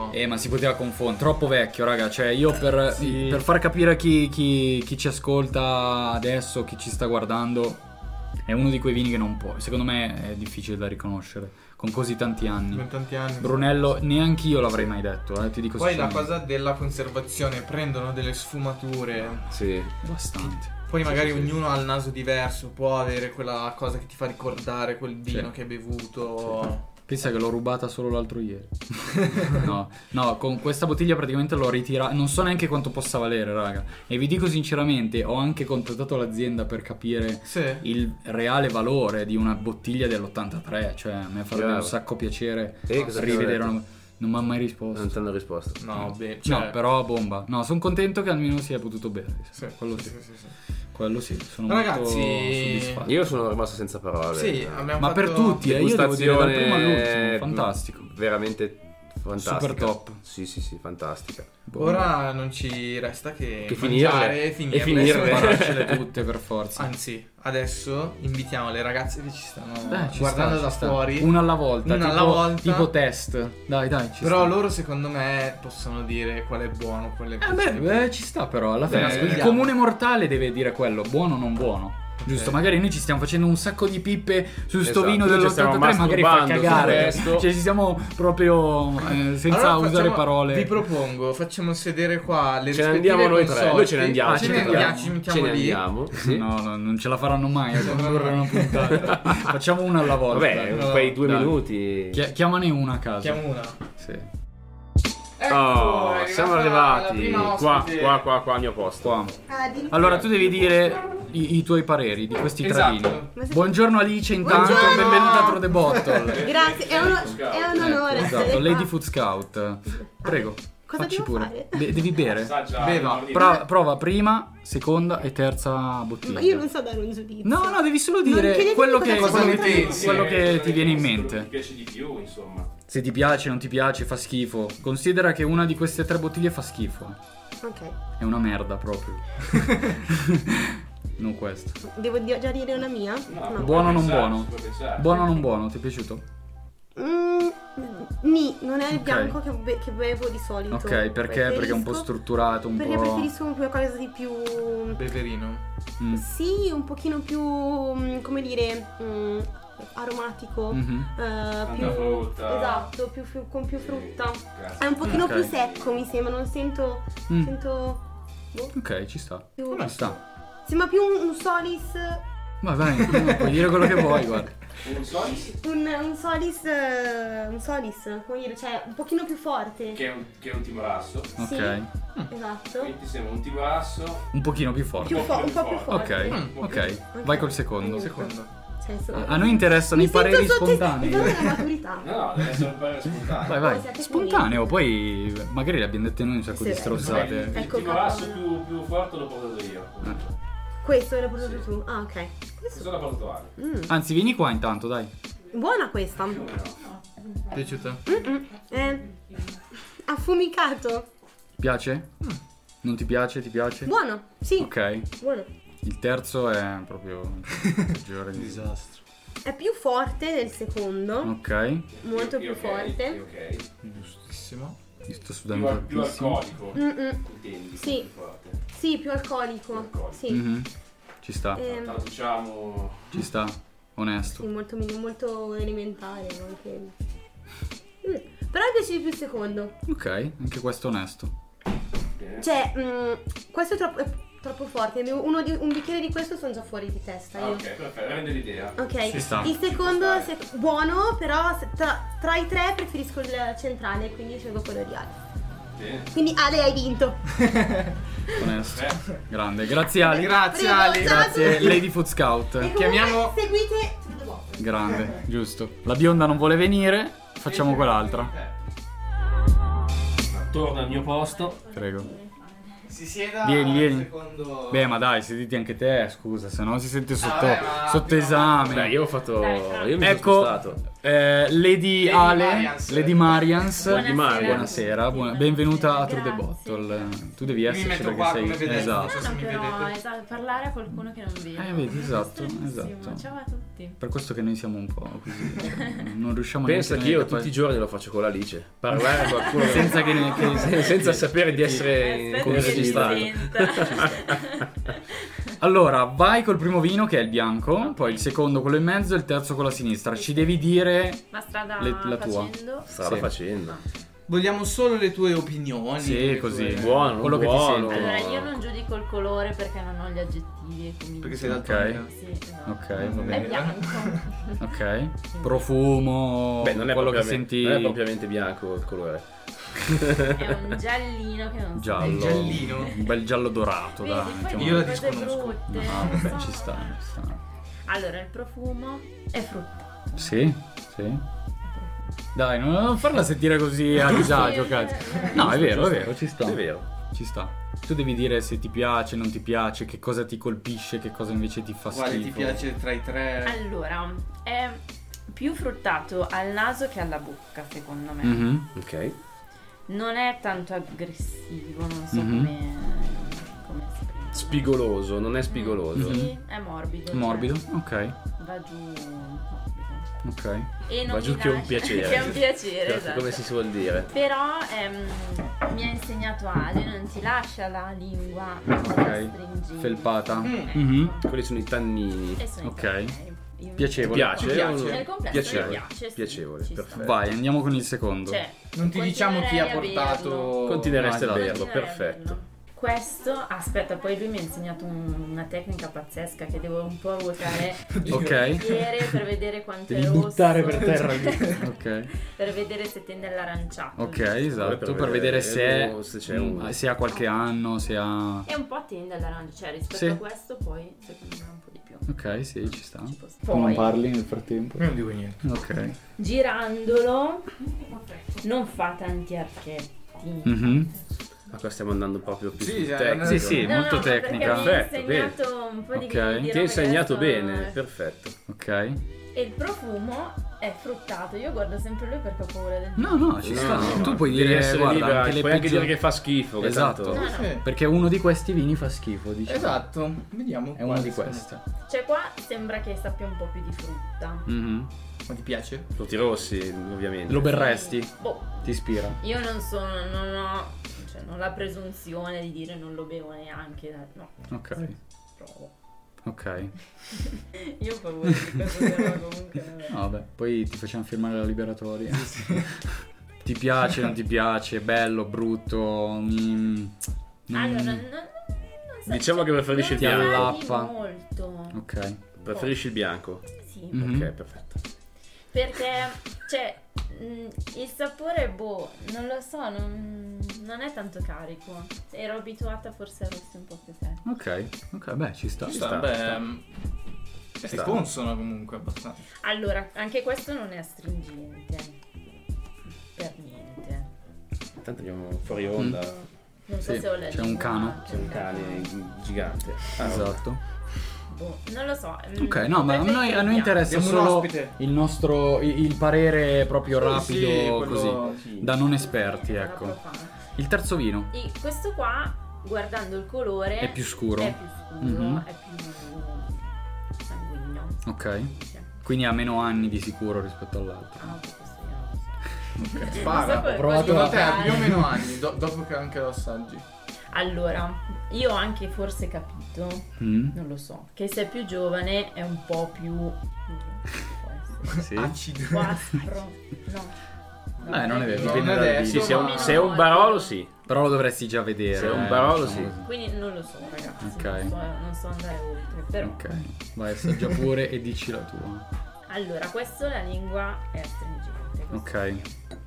Speaker 3: classico. Eh, ma si poteva confondere, troppo vecchio, raga. Cioè, io per,
Speaker 1: Sì.
Speaker 3: per far capire a chi, chi- chi ci ascolta adesso, chi ci sta guardando, è uno di quei vini che non può. Secondo me è difficile da riconoscere, con così tanti anni.
Speaker 1: Con tanti anni.
Speaker 3: Brunello, neanche io l'avrei mai detto, eh, ti dico
Speaker 1: Poi la
Speaker 3: sinceramente.
Speaker 1: cosa della conservazione prendono delle sfumature.
Speaker 3: eh.
Speaker 2: Sì.
Speaker 3: Bastante.
Speaker 1: Poi
Speaker 2: Sì,
Speaker 1: magari
Speaker 2: sì, sì.
Speaker 1: ognuno ha il naso diverso, può avere quella cosa che ti fa ricordare quel vino
Speaker 3: Sì.
Speaker 1: che hai bevuto.
Speaker 3: Pensa che l'ho rubata solo l'altro ieri. no, no, con questa bottiglia praticamente l'ho ritirata. Non so neanche quanto possa valere, raga. E vi dico sinceramente, ho anche contattato l'azienda per capire
Speaker 1: Sì.
Speaker 3: il reale valore di una bottiglia dell'83. Cioè, a me farebbe un
Speaker 2: Chiaro.
Speaker 3: sacco piacere
Speaker 2: E cosa ti
Speaker 3: rivedere
Speaker 2: hanno
Speaker 3: una. Non mi ha mai risposto.
Speaker 2: Non ti hanno risposto.
Speaker 1: No, beh, cioè-
Speaker 3: No, però bomba. No, sono contento che almeno si è potuto bere.
Speaker 1: Sì,
Speaker 3: quello
Speaker 1: sì,
Speaker 3: sì.
Speaker 1: sì, sì, sì.
Speaker 3: Quello sì, sono
Speaker 1: Ragazzi,
Speaker 3: molto soddisfatto.
Speaker 2: Io sono rimasto senza parole.
Speaker 1: Sì,
Speaker 2: Eh,
Speaker 1: abbiamo
Speaker 3: Ma per
Speaker 1: fatto-
Speaker 3: tutti, eh, io devo dire dal primo all'ultimo,
Speaker 2: degustazione,
Speaker 3: fantastico.
Speaker 2: mh, Veramente fantastica.
Speaker 3: Super top.
Speaker 2: Sì, sì, sì, fantastica.
Speaker 1: Ora non ci resta che,
Speaker 2: Che
Speaker 1: mangiare
Speaker 2: finirle.
Speaker 1: e finirle.
Speaker 2: E finirle.
Speaker 3: Spararcele tutte per forza.
Speaker 1: Anzi, adesso invitiamo le ragazze che ci stanno
Speaker 3: Dai, ci
Speaker 1: guardando
Speaker 3: sta,
Speaker 1: da
Speaker 3: ci sta.
Speaker 1: fuori.
Speaker 3: Una alla volta,
Speaker 1: Una
Speaker 3: tipo,
Speaker 1: alla volta.
Speaker 3: tipo test. Dai, dai, ci
Speaker 1: Però
Speaker 3: sta.
Speaker 1: loro secondo me possono dire qual è buono, qual è
Speaker 3: Eh, beh, beh, ci sta però, alla
Speaker 1: Beh, eh,
Speaker 3: fine il
Speaker 1: scusiamo.
Speaker 3: comune mortale deve dire quello, buono o non buono. Giusto, magari noi ci stiamo facendo un sacco di pippe su sto
Speaker 2: Esatto,
Speaker 3: vino
Speaker 2: noi ci stiamo
Speaker 3: dell'83, magari fa
Speaker 2: masturbando su
Speaker 3: cagare.
Speaker 2: questo.
Speaker 3: Cioè, ci siamo proprio eh, senza
Speaker 1: Allora
Speaker 3: usare
Speaker 1: facciamo-
Speaker 3: parole.
Speaker 1: Vi propongo, facciamo sedere qua le
Speaker 2: Ce ne
Speaker 1: rispettive
Speaker 2: andiamo noi tre.
Speaker 1: consorti.
Speaker 2: Noi ce ne andiamo.
Speaker 1: Ah, ce
Speaker 3: ci
Speaker 1: ne
Speaker 3: troviamo.
Speaker 1: andiamo, ci mettiamo
Speaker 2: Ce ne
Speaker 1: lì.
Speaker 2: andiamo. Sì.
Speaker 3: No, Ecco, no, non ce la faranno mai a
Speaker 1: Non ce la
Speaker 3: condurre
Speaker 1: faranno
Speaker 3: una puntata. Facciamo una alla volta.
Speaker 2: Vabbè,
Speaker 1: No,
Speaker 2: quei due
Speaker 3: dai.
Speaker 2: minuti.
Speaker 3: Chi- chiamane una a casa.
Speaker 1: Mettiamo una.
Speaker 3: Sì.
Speaker 1: Ecco,
Speaker 2: Oh,
Speaker 1: è arrivata
Speaker 2: siamo
Speaker 1: la- la
Speaker 2: arrivati
Speaker 1: prima
Speaker 2: qua,
Speaker 1: ospite.
Speaker 2: qua, qua, qua, al mio posto.
Speaker 3: Qua.
Speaker 4: Ah, di-
Speaker 3: Allora, tu devi dire i, i tuoi pareri di questi
Speaker 1: Esatto.
Speaker 3: tradini.
Speaker 4: Ma se-
Speaker 3: Buongiorno Alice, intanto,
Speaker 1: Buongiorno!
Speaker 3: benvenuta a Through the Bottle.
Speaker 4: Grazie, è, uno- è un onore.
Speaker 3: Ecco,
Speaker 4: essere
Speaker 3: esatto,
Speaker 4: qua.
Speaker 3: Lady Food Scout. Prego,
Speaker 4: Cosa
Speaker 3: facci
Speaker 4: devo
Speaker 3: pure.
Speaker 4: fare?
Speaker 3: Be- devi bere.
Speaker 2: Assaggia
Speaker 1: Beva,
Speaker 2: il-
Speaker 3: Pro- prova prima, seconda e terza bottiglia.
Speaker 4: Ma io non so dare un giudizio.
Speaker 3: No, no, devi solo
Speaker 4: Non
Speaker 3: dire
Speaker 4: chiedetemi
Speaker 3: quello
Speaker 4: cosa
Speaker 3: che,
Speaker 4: sono
Speaker 3: quello
Speaker 1: ne
Speaker 4: tra di
Speaker 3: che-
Speaker 4: loro.
Speaker 1: pensi.
Speaker 3: quello che ti viene in
Speaker 2: Quello che
Speaker 3: mente.
Speaker 2: piace di più, insomma.
Speaker 3: Se ti piace, non ti piace, fa schifo. Considera che una di queste tre bottiglie fa schifo.
Speaker 4: Ok,
Speaker 3: È una merda proprio. non questo.
Speaker 4: devo di- già dire una mia?
Speaker 2: puoi
Speaker 3: Buono o non
Speaker 2: pensarci,
Speaker 3: buono?
Speaker 2: puoi pensarci.
Speaker 3: Buono o non buono? Ti è piaciuto?
Speaker 4: Mm, ni, non è il
Speaker 3: Ok.
Speaker 4: bianco che, be- che bevo di solito.
Speaker 3: Ok, perché? Perché è un po'
Speaker 4: Preferisco-
Speaker 3: strutturato, un
Speaker 4: Perché
Speaker 3: po'.
Speaker 4: preferisco un- qualcosa di più.
Speaker 1: Beverino.
Speaker 3: Mm.
Speaker 4: Sì, un pochino più. mm, come dire. mm, aromatico.
Speaker 3: Mhm.
Speaker 4: eh,
Speaker 2: Tanta frutta.
Speaker 4: Esatto, più fru- con più frutta.
Speaker 2: Sì,
Speaker 4: È
Speaker 2: grazie.
Speaker 4: un pochino
Speaker 3: Ok.
Speaker 4: più secco, mi sembra. Non sento.
Speaker 3: Mm.
Speaker 4: Sento. boh,
Speaker 3: Ok, ci sta.
Speaker 4: più.
Speaker 3: Ci sta.
Speaker 4: Sembra più un, un solis.
Speaker 3: Va bene, puoi dire quello che vuoi, guarda.
Speaker 2: Un solis
Speaker 4: Un, un solis. eh, Un solis, come dire, cioè un pochino più forte.
Speaker 2: che è un, che è un tibrasso.
Speaker 3: Ok.
Speaker 4: Sì.
Speaker 3: Mm.
Speaker 4: Esatto.
Speaker 2: Quindi sembra un tibrasso.
Speaker 3: Un pochino più forte.
Speaker 4: Più
Speaker 2: un po'
Speaker 4: fo- un
Speaker 2: più
Speaker 4: po' più
Speaker 2: forte.
Speaker 4: forte.
Speaker 3: Ok,
Speaker 1: Mm.
Speaker 3: ok. Vai col secondo.
Speaker 1: Secondo.
Speaker 4: Cioè, so-
Speaker 3: A a noi interessano
Speaker 4: Mi
Speaker 3: i pareri
Speaker 4: sento sotto-
Speaker 3: spontanei.
Speaker 4: esatto, la maturità.
Speaker 2: No, no, deve essere un parere spontaneo.
Speaker 3: Vai,
Speaker 4: Oh,
Speaker 3: vai.
Speaker 4: siete
Speaker 3: Spontaneo, poi magari le abbiamo dette noi un sacco
Speaker 4: Sì,
Speaker 3: di
Speaker 4: sì.
Speaker 3: strozzate.
Speaker 2: Il
Speaker 4: Ecco
Speaker 2: tibrasso
Speaker 4: qua.
Speaker 2: più, più forte l'ho portato io.
Speaker 4: Questo l'hai portato
Speaker 2: Sì.
Speaker 4: tu. Ah, ok. Questo-
Speaker 2: Questo l'ha portato Ale.
Speaker 4: mm.
Speaker 3: Anzi, vieni qua intanto, dai.
Speaker 4: Buona questa.
Speaker 2: Più o meno.
Speaker 1: Piaciuta?
Speaker 4: Mm-mm. Eh, affumicato.
Speaker 3: Piace?
Speaker 4: Mm.
Speaker 3: Non ti piace? Ti piace?
Speaker 4: Buono. Sì,
Speaker 3: Ok.
Speaker 4: buono.
Speaker 3: Il terzo è proprio il peggiore di-
Speaker 1: Disastro.
Speaker 4: È più forte del secondo.
Speaker 3: Ok.
Speaker 4: Molto
Speaker 2: Io-
Speaker 4: più
Speaker 2: io ok, io
Speaker 4: forte.
Speaker 2: Ok.
Speaker 1: Giustissimo.
Speaker 3: Io sto
Speaker 2: Più,
Speaker 3: sudando
Speaker 2: al- più
Speaker 3: tantissimo.
Speaker 2: alcolico.
Speaker 4: Mm-mm.
Speaker 2: Intendi?
Speaker 4: Mm. Sì.
Speaker 2: Più forte.
Speaker 4: Sì, più alcolico.
Speaker 2: Più alcolico.
Speaker 4: Sì.
Speaker 3: Mhm. Ci sta,
Speaker 4: Ehm,
Speaker 2: Traduciamo.
Speaker 3: ci sta.
Speaker 4: sì,
Speaker 3: Onesto.
Speaker 4: molto, min- molto elementare. Anche. Mm. Però mi piace di più il secondo.
Speaker 3: Ok, anche questo è onesto.
Speaker 2: Bene.
Speaker 4: Cioè, mm, questo è troppo, è troppo forte. Ne- uno di- un bicchiere di questo sono già fuori di testa.
Speaker 2: Ah,
Speaker 4: Io.
Speaker 2: ok, perfetto, rende l'idea.
Speaker 4: Ok,
Speaker 3: Ci sta.
Speaker 4: il secondo è sec- buono, però se- tra, tra i tre preferisco il centrale, quindi scelgo quello di Ale.
Speaker 2: Bene.
Speaker 4: Quindi Ale hai vinto.
Speaker 3: Onesto.
Speaker 2: Perfetto.
Speaker 3: Grande. Grazie Ali.
Speaker 1: Grazie
Speaker 4: Prego,
Speaker 1: Ali.
Speaker 4: ciao.
Speaker 3: Grazie
Speaker 4: Grazie.
Speaker 3: Lady Food
Speaker 4: E
Speaker 3: Scout.
Speaker 1: Chiamiamo-
Speaker 4: comunque Seguite. The Bottle.
Speaker 3: Grande, giusto. La bionda non vuole venire, facciamo quell'altra.
Speaker 2: Torno al mio posto.
Speaker 3: Prego.
Speaker 1: Si sieda
Speaker 3: Vieni,
Speaker 1: al
Speaker 3: vieni.
Speaker 1: secondo.
Speaker 3: Beh, ma dai, sediti anche te, scusa, se no si sente sotto,
Speaker 1: vabbè, ma-
Speaker 3: sotto esame.
Speaker 2: Beh, io ho fatto. Io mi
Speaker 3: Ecco,
Speaker 2: sono spostato.
Speaker 3: eh, Lady,
Speaker 1: Lady
Speaker 3: Ale,
Speaker 1: Marians.
Speaker 3: Lady Marians,
Speaker 2: Buonasera.
Speaker 3: buonasera, buona- benvenuta a True the
Speaker 5: Grazie.
Speaker 3: Bottle. Tu devi
Speaker 1: mi
Speaker 3: esserci
Speaker 1: metto
Speaker 3: perché
Speaker 1: qua
Speaker 3: sei
Speaker 1: come vedete.
Speaker 3: esatto.
Speaker 1: Non so se
Speaker 5: Ah, No,
Speaker 1: mi
Speaker 5: però
Speaker 1: vedete.
Speaker 5: esatto, parlare a qualcuno che non vede.
Speaker 3: Eh, vedi,
Speaker 5: È
Speaker 3: esatto,
Speaker 5: stressissimo.
Speaker 3: esatto.
Speaker 5: Ciao a tutti.
Speaker 3: Per questo che noi siamo un po' così. cioè, non riusciamo
Speaker 2: Pensa
Speaker 3: neanche
Speaker 2: che io
Speaker 3: noi
Speaker 2: tutti i
Speaker 3: capaci-
Speaker 2: giorni lo faccio con l'Alice. Parlare a qualcuno.
Speaker 3: senza che, ne- che-
Speaker 2: Sen- senza sapere di essere in-
Speaker 5: Aspetta
Speaker 3: Eh, come
Speaker 5: che
Speaker 3: registrato.
Speaker 5: mi senta.
Speaker 3: Allora, vai col primo vino che è il bianco, poi il secondo quello in mezzo e il terzo con la sinistra. Ci devi dire
Speaker 5: Ma strada
Speaker 3: Le- la tua.
Speaker 5: facendo.
Speaker 2: Stava
Speaker 3: Sì.
Speaker 2: facendo.
Speaker 1: Vogliamo solo le tue opinioni.
Speaker 3: Sì,
Speaker 1: le
Speaker 3: così.
Speaker 1: tue-
Speaker 2: Buono, non
Speaker 3: Quello che ti
Speaker 2: buono.
Speaker 3: senti.
Speaker 5: Allora, io non giudico il colore perché non ho gli aggettivi e quindi...
Speaker 1: Perché sei
Speaker 3: Ok.
Speaker 1: daltonica.
Speaker 5: Sì, esatto.
Speaker 3: Ok, va
Speaker 5: È
Speaker 3: bene.
Speaker 5: bianco.
Speaker 3: Ok. Profumo,
Speaker 2: Beh, non è,
Speaker 3: quello che
Speaker 2: propriamente,
Speaker 3: senti
Speaker 2: non è propriamente bianco il colore.
Speaker 5: è un giallino che non
Speaker 3: giallo,
Speaker 1: È giallino.
Speaker 3: un bel giallo dorato,
Speaker 5: so.
Speaker 3: dai,
Speaker 5: Vedi, poi
Speaker 3: insomma.
Speaker 1: Io la
Speaker 5: dico cose
Speaker 1: disconosco.
Speaker 5: brutte.
Speaker 3: No,
Speaker 5: non
Speaker 3: vabbè,
Speaker 5: so.
Speaker 3: ci sta, ci sta.
Speaker 5: Allora, il profumo è frutta.
Speaker 3: Sì, sì. Dai, non- non farla sentire così a disagio,
Speaker 5: Sì,
Speaker 3: cazzo.
Speaker 5: eh,
Speaker 3: No, è vero, è
Speaker 2: giusto.
Speaker 3: vero, ci sta.
Speaker 2: È vero.
Speaker 3: Ci sta. Tu devi dire se ti piace, non ti piace, che cosa ti colpisce, che cosa invece ti fa
Speaker 1: Quale
Speaker 3: schifo.
Speaker 1: ti piace tra i tre?
Speaker 5: Allora, è più fruttato al naso che alla bocca, secondo me.
Speaker 3: Mhm.
Speaker 2: Ok.
Speaker 5: Non è tanto aggressivo, non so
Speaker 3: Mhm.
Speaker 5: come, come esprimerlo.
Speaker 2: Spigoloso, non è spigoloso.
Speaker 3: Mhm.
Speaker 5: Sì, è morbido. cioè,
Speaker 3: Morbido, ok,
Speaker 5: va giù morbido.
Speaker 3: ok.
Speaker 5: E non
Speaker 2: Ma
Speaker 5: mi
Speaker 2: giù che è un
Speaker 5: lascia-
Speaker 2: piacere.
Speaker 5: che è un piacere,
Speaker 2: Cioè,
Speaker 5: esatto.
Speaker 2: Come si suol dire.
Speaker 5: Però ehm, mi ha insegnato Ale, non ti lascia la lingua stringente.
Speaker 3: Felpata.
Speaker 5: Ecco.
Speaker 3: Mhm.
Speaker 2: Quelli sono i tannini.
Speaker 5: E sono
Speaker 3: Ok.
Speaker 5: italiani. Io-
Speaker 2: Ti
Speaker 3: Piacevole.
Speaker 2: piace?
Speaker 1: Ti piace?
Speaker 2: O-
Speaker 5: Nel complesso
Speaker 2: piacevole.
Speaker 5: mi piace, sì,
Speaker 2: piacevole,
Speaker 5: ci sta.
Speaker 2: perfetto.
Speaker 3: Vai, andiamo con il secondo.
Speaker 5: Cioè,
Speaker 1: Non ti diciamo chi ha
Speaker 5: continuerei a
Speaker 1: portato.
Speaker 5: berlo.
Speaker 2: Continueresti
Speaker 3: No,
Speaker 2: a
Speaker 3: esatto.
Speaker 2: berlo,
Speaker 5: Continuerei a
Speaker 2: perfetto.
Speaker 5: berlo. Questo, aspetta, poi lui mi ha insegnato un- una tecnica pazzesca che devo un po' ruotare
Speaker 2: Ok.
Speaker 5: bicchiere per vedere quanto
Speaker 2: Devi
Speaker 5: è rosso.
Speaker 2: buttare per terra lì.
Speaker 3: Ok.
Speaker 5: per vedere se tende all'aranciato.
Speaker 3: Ok, esatto, per, vedere,
Speaker 2: o
Speaker 3: se,
Speaker 2: se c'è
Speaker 3: mm,
Speaker 2: un-
Speaker 3: se ha qualche anno, se ha...
Speaker 5: E un po' tende all'aranciato, cioè rispetto
Speaker 3: Sì.
Speaker 5: a questo poi secondo me un po' di più.
Speaker 3: Ok, sì, ci sta.
Speaker 5: Ci può stare.
Speaker 3: Non
Speaker 5: Poi,
Speaker 3: parli nel frattempo.
Speaker 1: Io non dico niente.
Speaker 3: Ok.
Speaker 5: girandolo, non fa tanti archetti.
Speaker 3: Mhm.
Speaker 2: Ma qua stiamo andando proprio più
Speaker 1: Sì,
Speaker 2: sul
Speaker 1: sì,
Speaker 2: tecnico.
Speaker 1: sì,
Speaker 3: sì.
Speaker 5: No,
Speaker 3: molto
Speaker 5: no, perché
Speaker 3: tecnica.
Speaker 5: Mi ha
Speaker 2: Perfetto,
Speaker 5: insegnato un po' di,
Speaker 3: Ok,
Speaker 5: di roba
Speaker 2: Ti
Speaker 5: che
Speaker 2: hai insegnato
Speaker 5: adesso-
Speaker 2: bene, perfetto.
Speaker 3: Ok.
Speaker 5: E il profumo è fruttato. Io guardo sempre lui perché ho paura del
Speaker 3: No, no, ci
Speaker 2: No,
Speaker 3: sta.
Speaker 2: no,
Speaker 3: tu
Speaker 2: no,
Speaker 3: puoi
Speaker 2: devi
Speaker 3: dire,
Speaker 2: essere
Speaker 3: guarda,
Speaker 2: libera,
Speaker 3: anche le
Speaker 2: puoi anche
Speaker 3: peggiori-
Speaker 2: dire che fa schifo, che
Speaker 3: Esatto.
Speaker 2: tanto-
Speaker 5: No, no.
Speaker 1: Sì.
Speaker 3: Perché uno di questi vini fa schifo, dici.
Speaker 1: Esatto, vediamo.
Speaker 3: È uno di questi.
Speaker 5: Cioè qua sembra che sappia un po' più di frutta.
Speaker 3: Mhm.
Speaker 1: Ma ti piace?
Speaker 2: Frutti rossi, ovviamente.
Speaker 3: Lo berresti?
Speaker 5: Boh,
Speaker 3: Ti ispira.
Speaker 5: io non sono, non ho, cioè non ho la presunzione di dire non lo bevo neanche, dai, no,
Speaker 3: Ok,
Speaker 5: provo.
Speaker 3: ok.
Speaker 5: Io ho paura di questa roba comunque.
Speaker 3: No, Vabbè, poi ti facciamo firmare la liberatoria. ti piace, non ti piace, bello, brutto. mm, mm.
Speaker 5: Allora, non, non, non so,
Speaker 2: Diciamo
Speaker 5: cioè,
Speaker 2: che preferisci
Speaker 5: non
Speaker 2: il
Speaker 5: mi
Speaker 3: bianco.
Speaker 5: sali
Speaker 3: Allappa.
Speaker 5: molto.
Speaker 3: Ok.
Speaker 2: Preferisci il bianco?
Speaker 5: Sì,
Speaker 3: Mhm.
Speaker 2: Ok, perfetto.
Speaker 5: perché cioè mh, il sapore boh, non lo so, non, non è tanto carico. Ero abituata forse a rossi un po' più secchi.
Speaker 3: Ok, ok, beh, ci sta.
Speaker 1: Ci
Speaker 2: sta,
Speaker 1: sta, beh.
Speaker 2: sta.
Speaker 1: ehm, È
Speaker 2: sta.
Speaker 1: consono comunque abbastanza.
Speaker 5: Allora, anche questo non è astringente. Per niente.
Speaker 2: Intanto andiamo fuori
Speaker 3: Mm.
Speaker 2: onda.
Speaker 5: Non so
Speaker 3: Sì,
Speaker 5: se ho la
Speaker 3: c'è un
Speaker 5: lingua-
Speaker 3: cano.
Speaker 2: C'è un cane gigante. Ah,
Speaker 3: Esatto.
Speaker 5: Boh, non lo so. mm,
Speaker 3: Ok, no, ma a noi, a noi interessa
Speaker 1: Abbiamo un
Speaker 3: solo
Speaker 1: ospite.
Speaker 3: il nostro il il parere proprio
Speaker 1: Sì,
Speaker 3: rapido
Speaker 1: sì, quello-
Speaker 3: così
Speaker 1: sì.
Speaker 3: da non esperti,
Speaker 5: Era
Speaker 3: ecco.
Speaker 5: profano.
Speaker 3: Il terzo vino.
Speaker 5: E questo qua, guardando il colore,
Speaker 3: È più scuro.
Speaker 5: È più scuro,
Speaker 3: Mhm.
Speaker 5: è più sanguigno.
Speaker 3: Ok.
Speaker 5: Cioè,
Speaker 3: Quindi ha meno anni di sicuro rispetto all'altro.
Speaker 5: ah, ok, questo io non lo so.
Speaker 1: Spara.
Speaker 5: come-
Speaker 3: ho provato
Speaker 5: come
Speaker 1: Secondo
Speaker 3: la-
Speaker 1: te ha più o
Speaker 5: giocare.
Speaker 1: meno anni, do- dopo che anche lo assaggi.
Speaker 5: Allora, io ho anche forse capito,
Speaker 3: Mm?
Speaker 5: non lo so, che se è più giovane è un po' più... può essere.
Speaker 3: Sì.
Speaker 1: Acido.
Speaker 5: O aspro. No.
Speaker 2: Eh,
Speaker 3: Beh, non è vero,
Speaker 1: Non
Speaker 3: dipende dal
Speaker 1: adesso,
Speaker 3: vino.
Speaker 2: Sì, se è un,
Speaker 1: ma-
Speaker 2: se è un barolo sì.
Speaker 3: Però lo dovresti già vedere.
Speaker 2: Se è un
Speaker 3: eh,
Speaker 2: barolo,
Speaker 3: diciamo
Speaker 2: sì.
Speaker 3: così.
Speaker 5: Quindi non lo so, ragazzi.
Speaker 3: Ok.
Speaker 5: Non, so, non so andare oltre. Però.
Speaker 3: Ok. Vai, assaggia pure e dici la tua.
Speaker 5: Allora, questo la lingua è astringente. questo
Speaker 3: Ok.
Speaker 5: sì.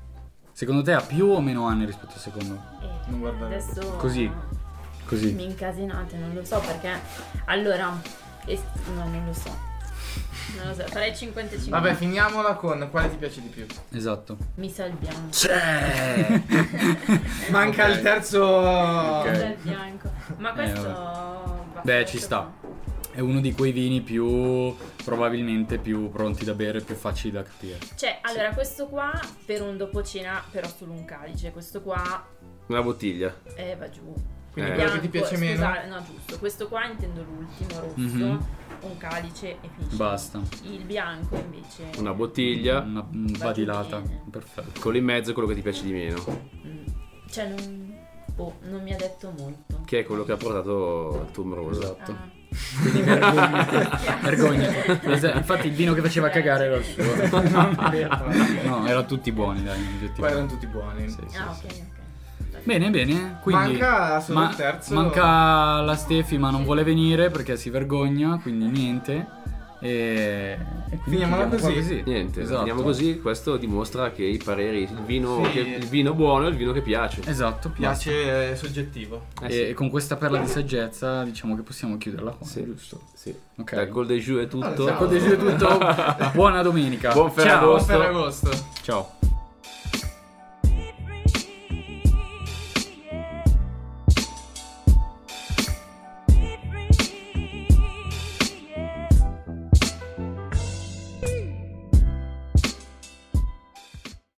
Speaker 3: Secondo te ha più o meno anni rispetto al secondo?
Speaker 5: E
Speaker 1: Non guardare.
Speaker 5: Adesso.
Speaker 3: Così.
Speaker 5: Mi
Speaker 3: Così.
Speaker 5: incasinate, non lo so perché. Allora. es- No, non lo so. Non lo so. Farei 55.
Speaker 1: Vabbè, finiamola con quale ti piace di più.
Speaker 3: Esatto. Eh,
Speaker 5: Mi sa il bianco.
Speaker 3: C'è!
Speaker 1: Manca il terzo.
Speaker 5: Mi sa il bianco. Ma
Speaker 3: Eh,
Speaker 5: questo.
Speaker 3: Beh, ci sta. È uno di quei vini più probabilmente più pronti da bere, più facili da capire.
Speaker 5: Cioè, allora, questo qua per un dopo cena, però solo un calice. Questo qua
Speaker 2: Una bottiglia.
Speaker 5: eh, va giù.
Speaker 1: Quindi
Speaker 2: Eh.
Speaker 1: quello che
Speaker 5: Bianco,
Speaker 1: ti piace meno.
Speaker 5: scusate, no, giusto. Questo qua intendo l'ultimo rosso,
Speaker 3: Mhm.
Speaker 5: un calice e finisce.
Speaker 3: Basta.
Speaker 5: Il bianco invece.
Speaker 2: Una bottiglia.
Speaker 3: Una mm,
Speaker 5: Va
Speaker 3: badilata.
Speaker 5: bene.
Speaker 3: Perfetto.
Speaker 2: Con in mezzo quello che ti piace di meno.
Speaker 5: Mm. Cioè, non. Boh, non mi ha detto molto.
Speaker 2: Che è quello che ha portato Tom Rose.
Speaker 3: Esatto.
Speaker 5: Ah.
Speaker 3: Quindi vergogna. vergogna. Infatti il vino che faceva cagare era il suo. No, erano tutti buoni, dai,
Speaker 1: Poi erano
Speaker 3: oggettivamente.
Speaker 1: tutti buoni.
Speaker 3: Sì, sì,
Speaker 5: Ah,
Speaker 3: sì.
Speaker 5: ok, ok.
Speaker 3: Bene, bene. Quindi
Speaker 1: Manca solo
Speaker 3: ma-
Speaker 1: il terzo.
Speaker 3: manca la Stefi, ma non vuole venire perché si vergogna, quindi niente. E, e quindi
Speaker 1: Finiamola
Speaker 3: chiudiamo qua
Speaker 1: così.
Speaker 2: Niente,
Speaker 3: Esatto.
Speaker 2: andiamo così. Questo dimostra che i pareri, il vino,
Speaker 1: Sì.
Speaker 2: che- il vino buono è il vino che piace.
Speaker 3: Esatto, piace.
Speaker 1: Piace eh, soggettivo.
Speaker 2: Eh
Speaker 3: E
Speaker 2: sì.
Speaker 3: e con questa perla di saggezza diciamo che possiamo chiuderla qua.
Speaker 2: Sì.
Speaker 3: Giusto.
Speaker 2: Sì.
Speaker 3: Ok.
Speaker 2: Dal Col de Jus è tutto.
Speaker 1: Dal Col
Speaker 3: Con questo è tutto. Buona domenica.
Speaker 2: Buon
Speaker 3: Ciao.
Speaker 2: Ferragosto.
Speaker 1: Buon Ferragosto.
Speaker 3: Ciao.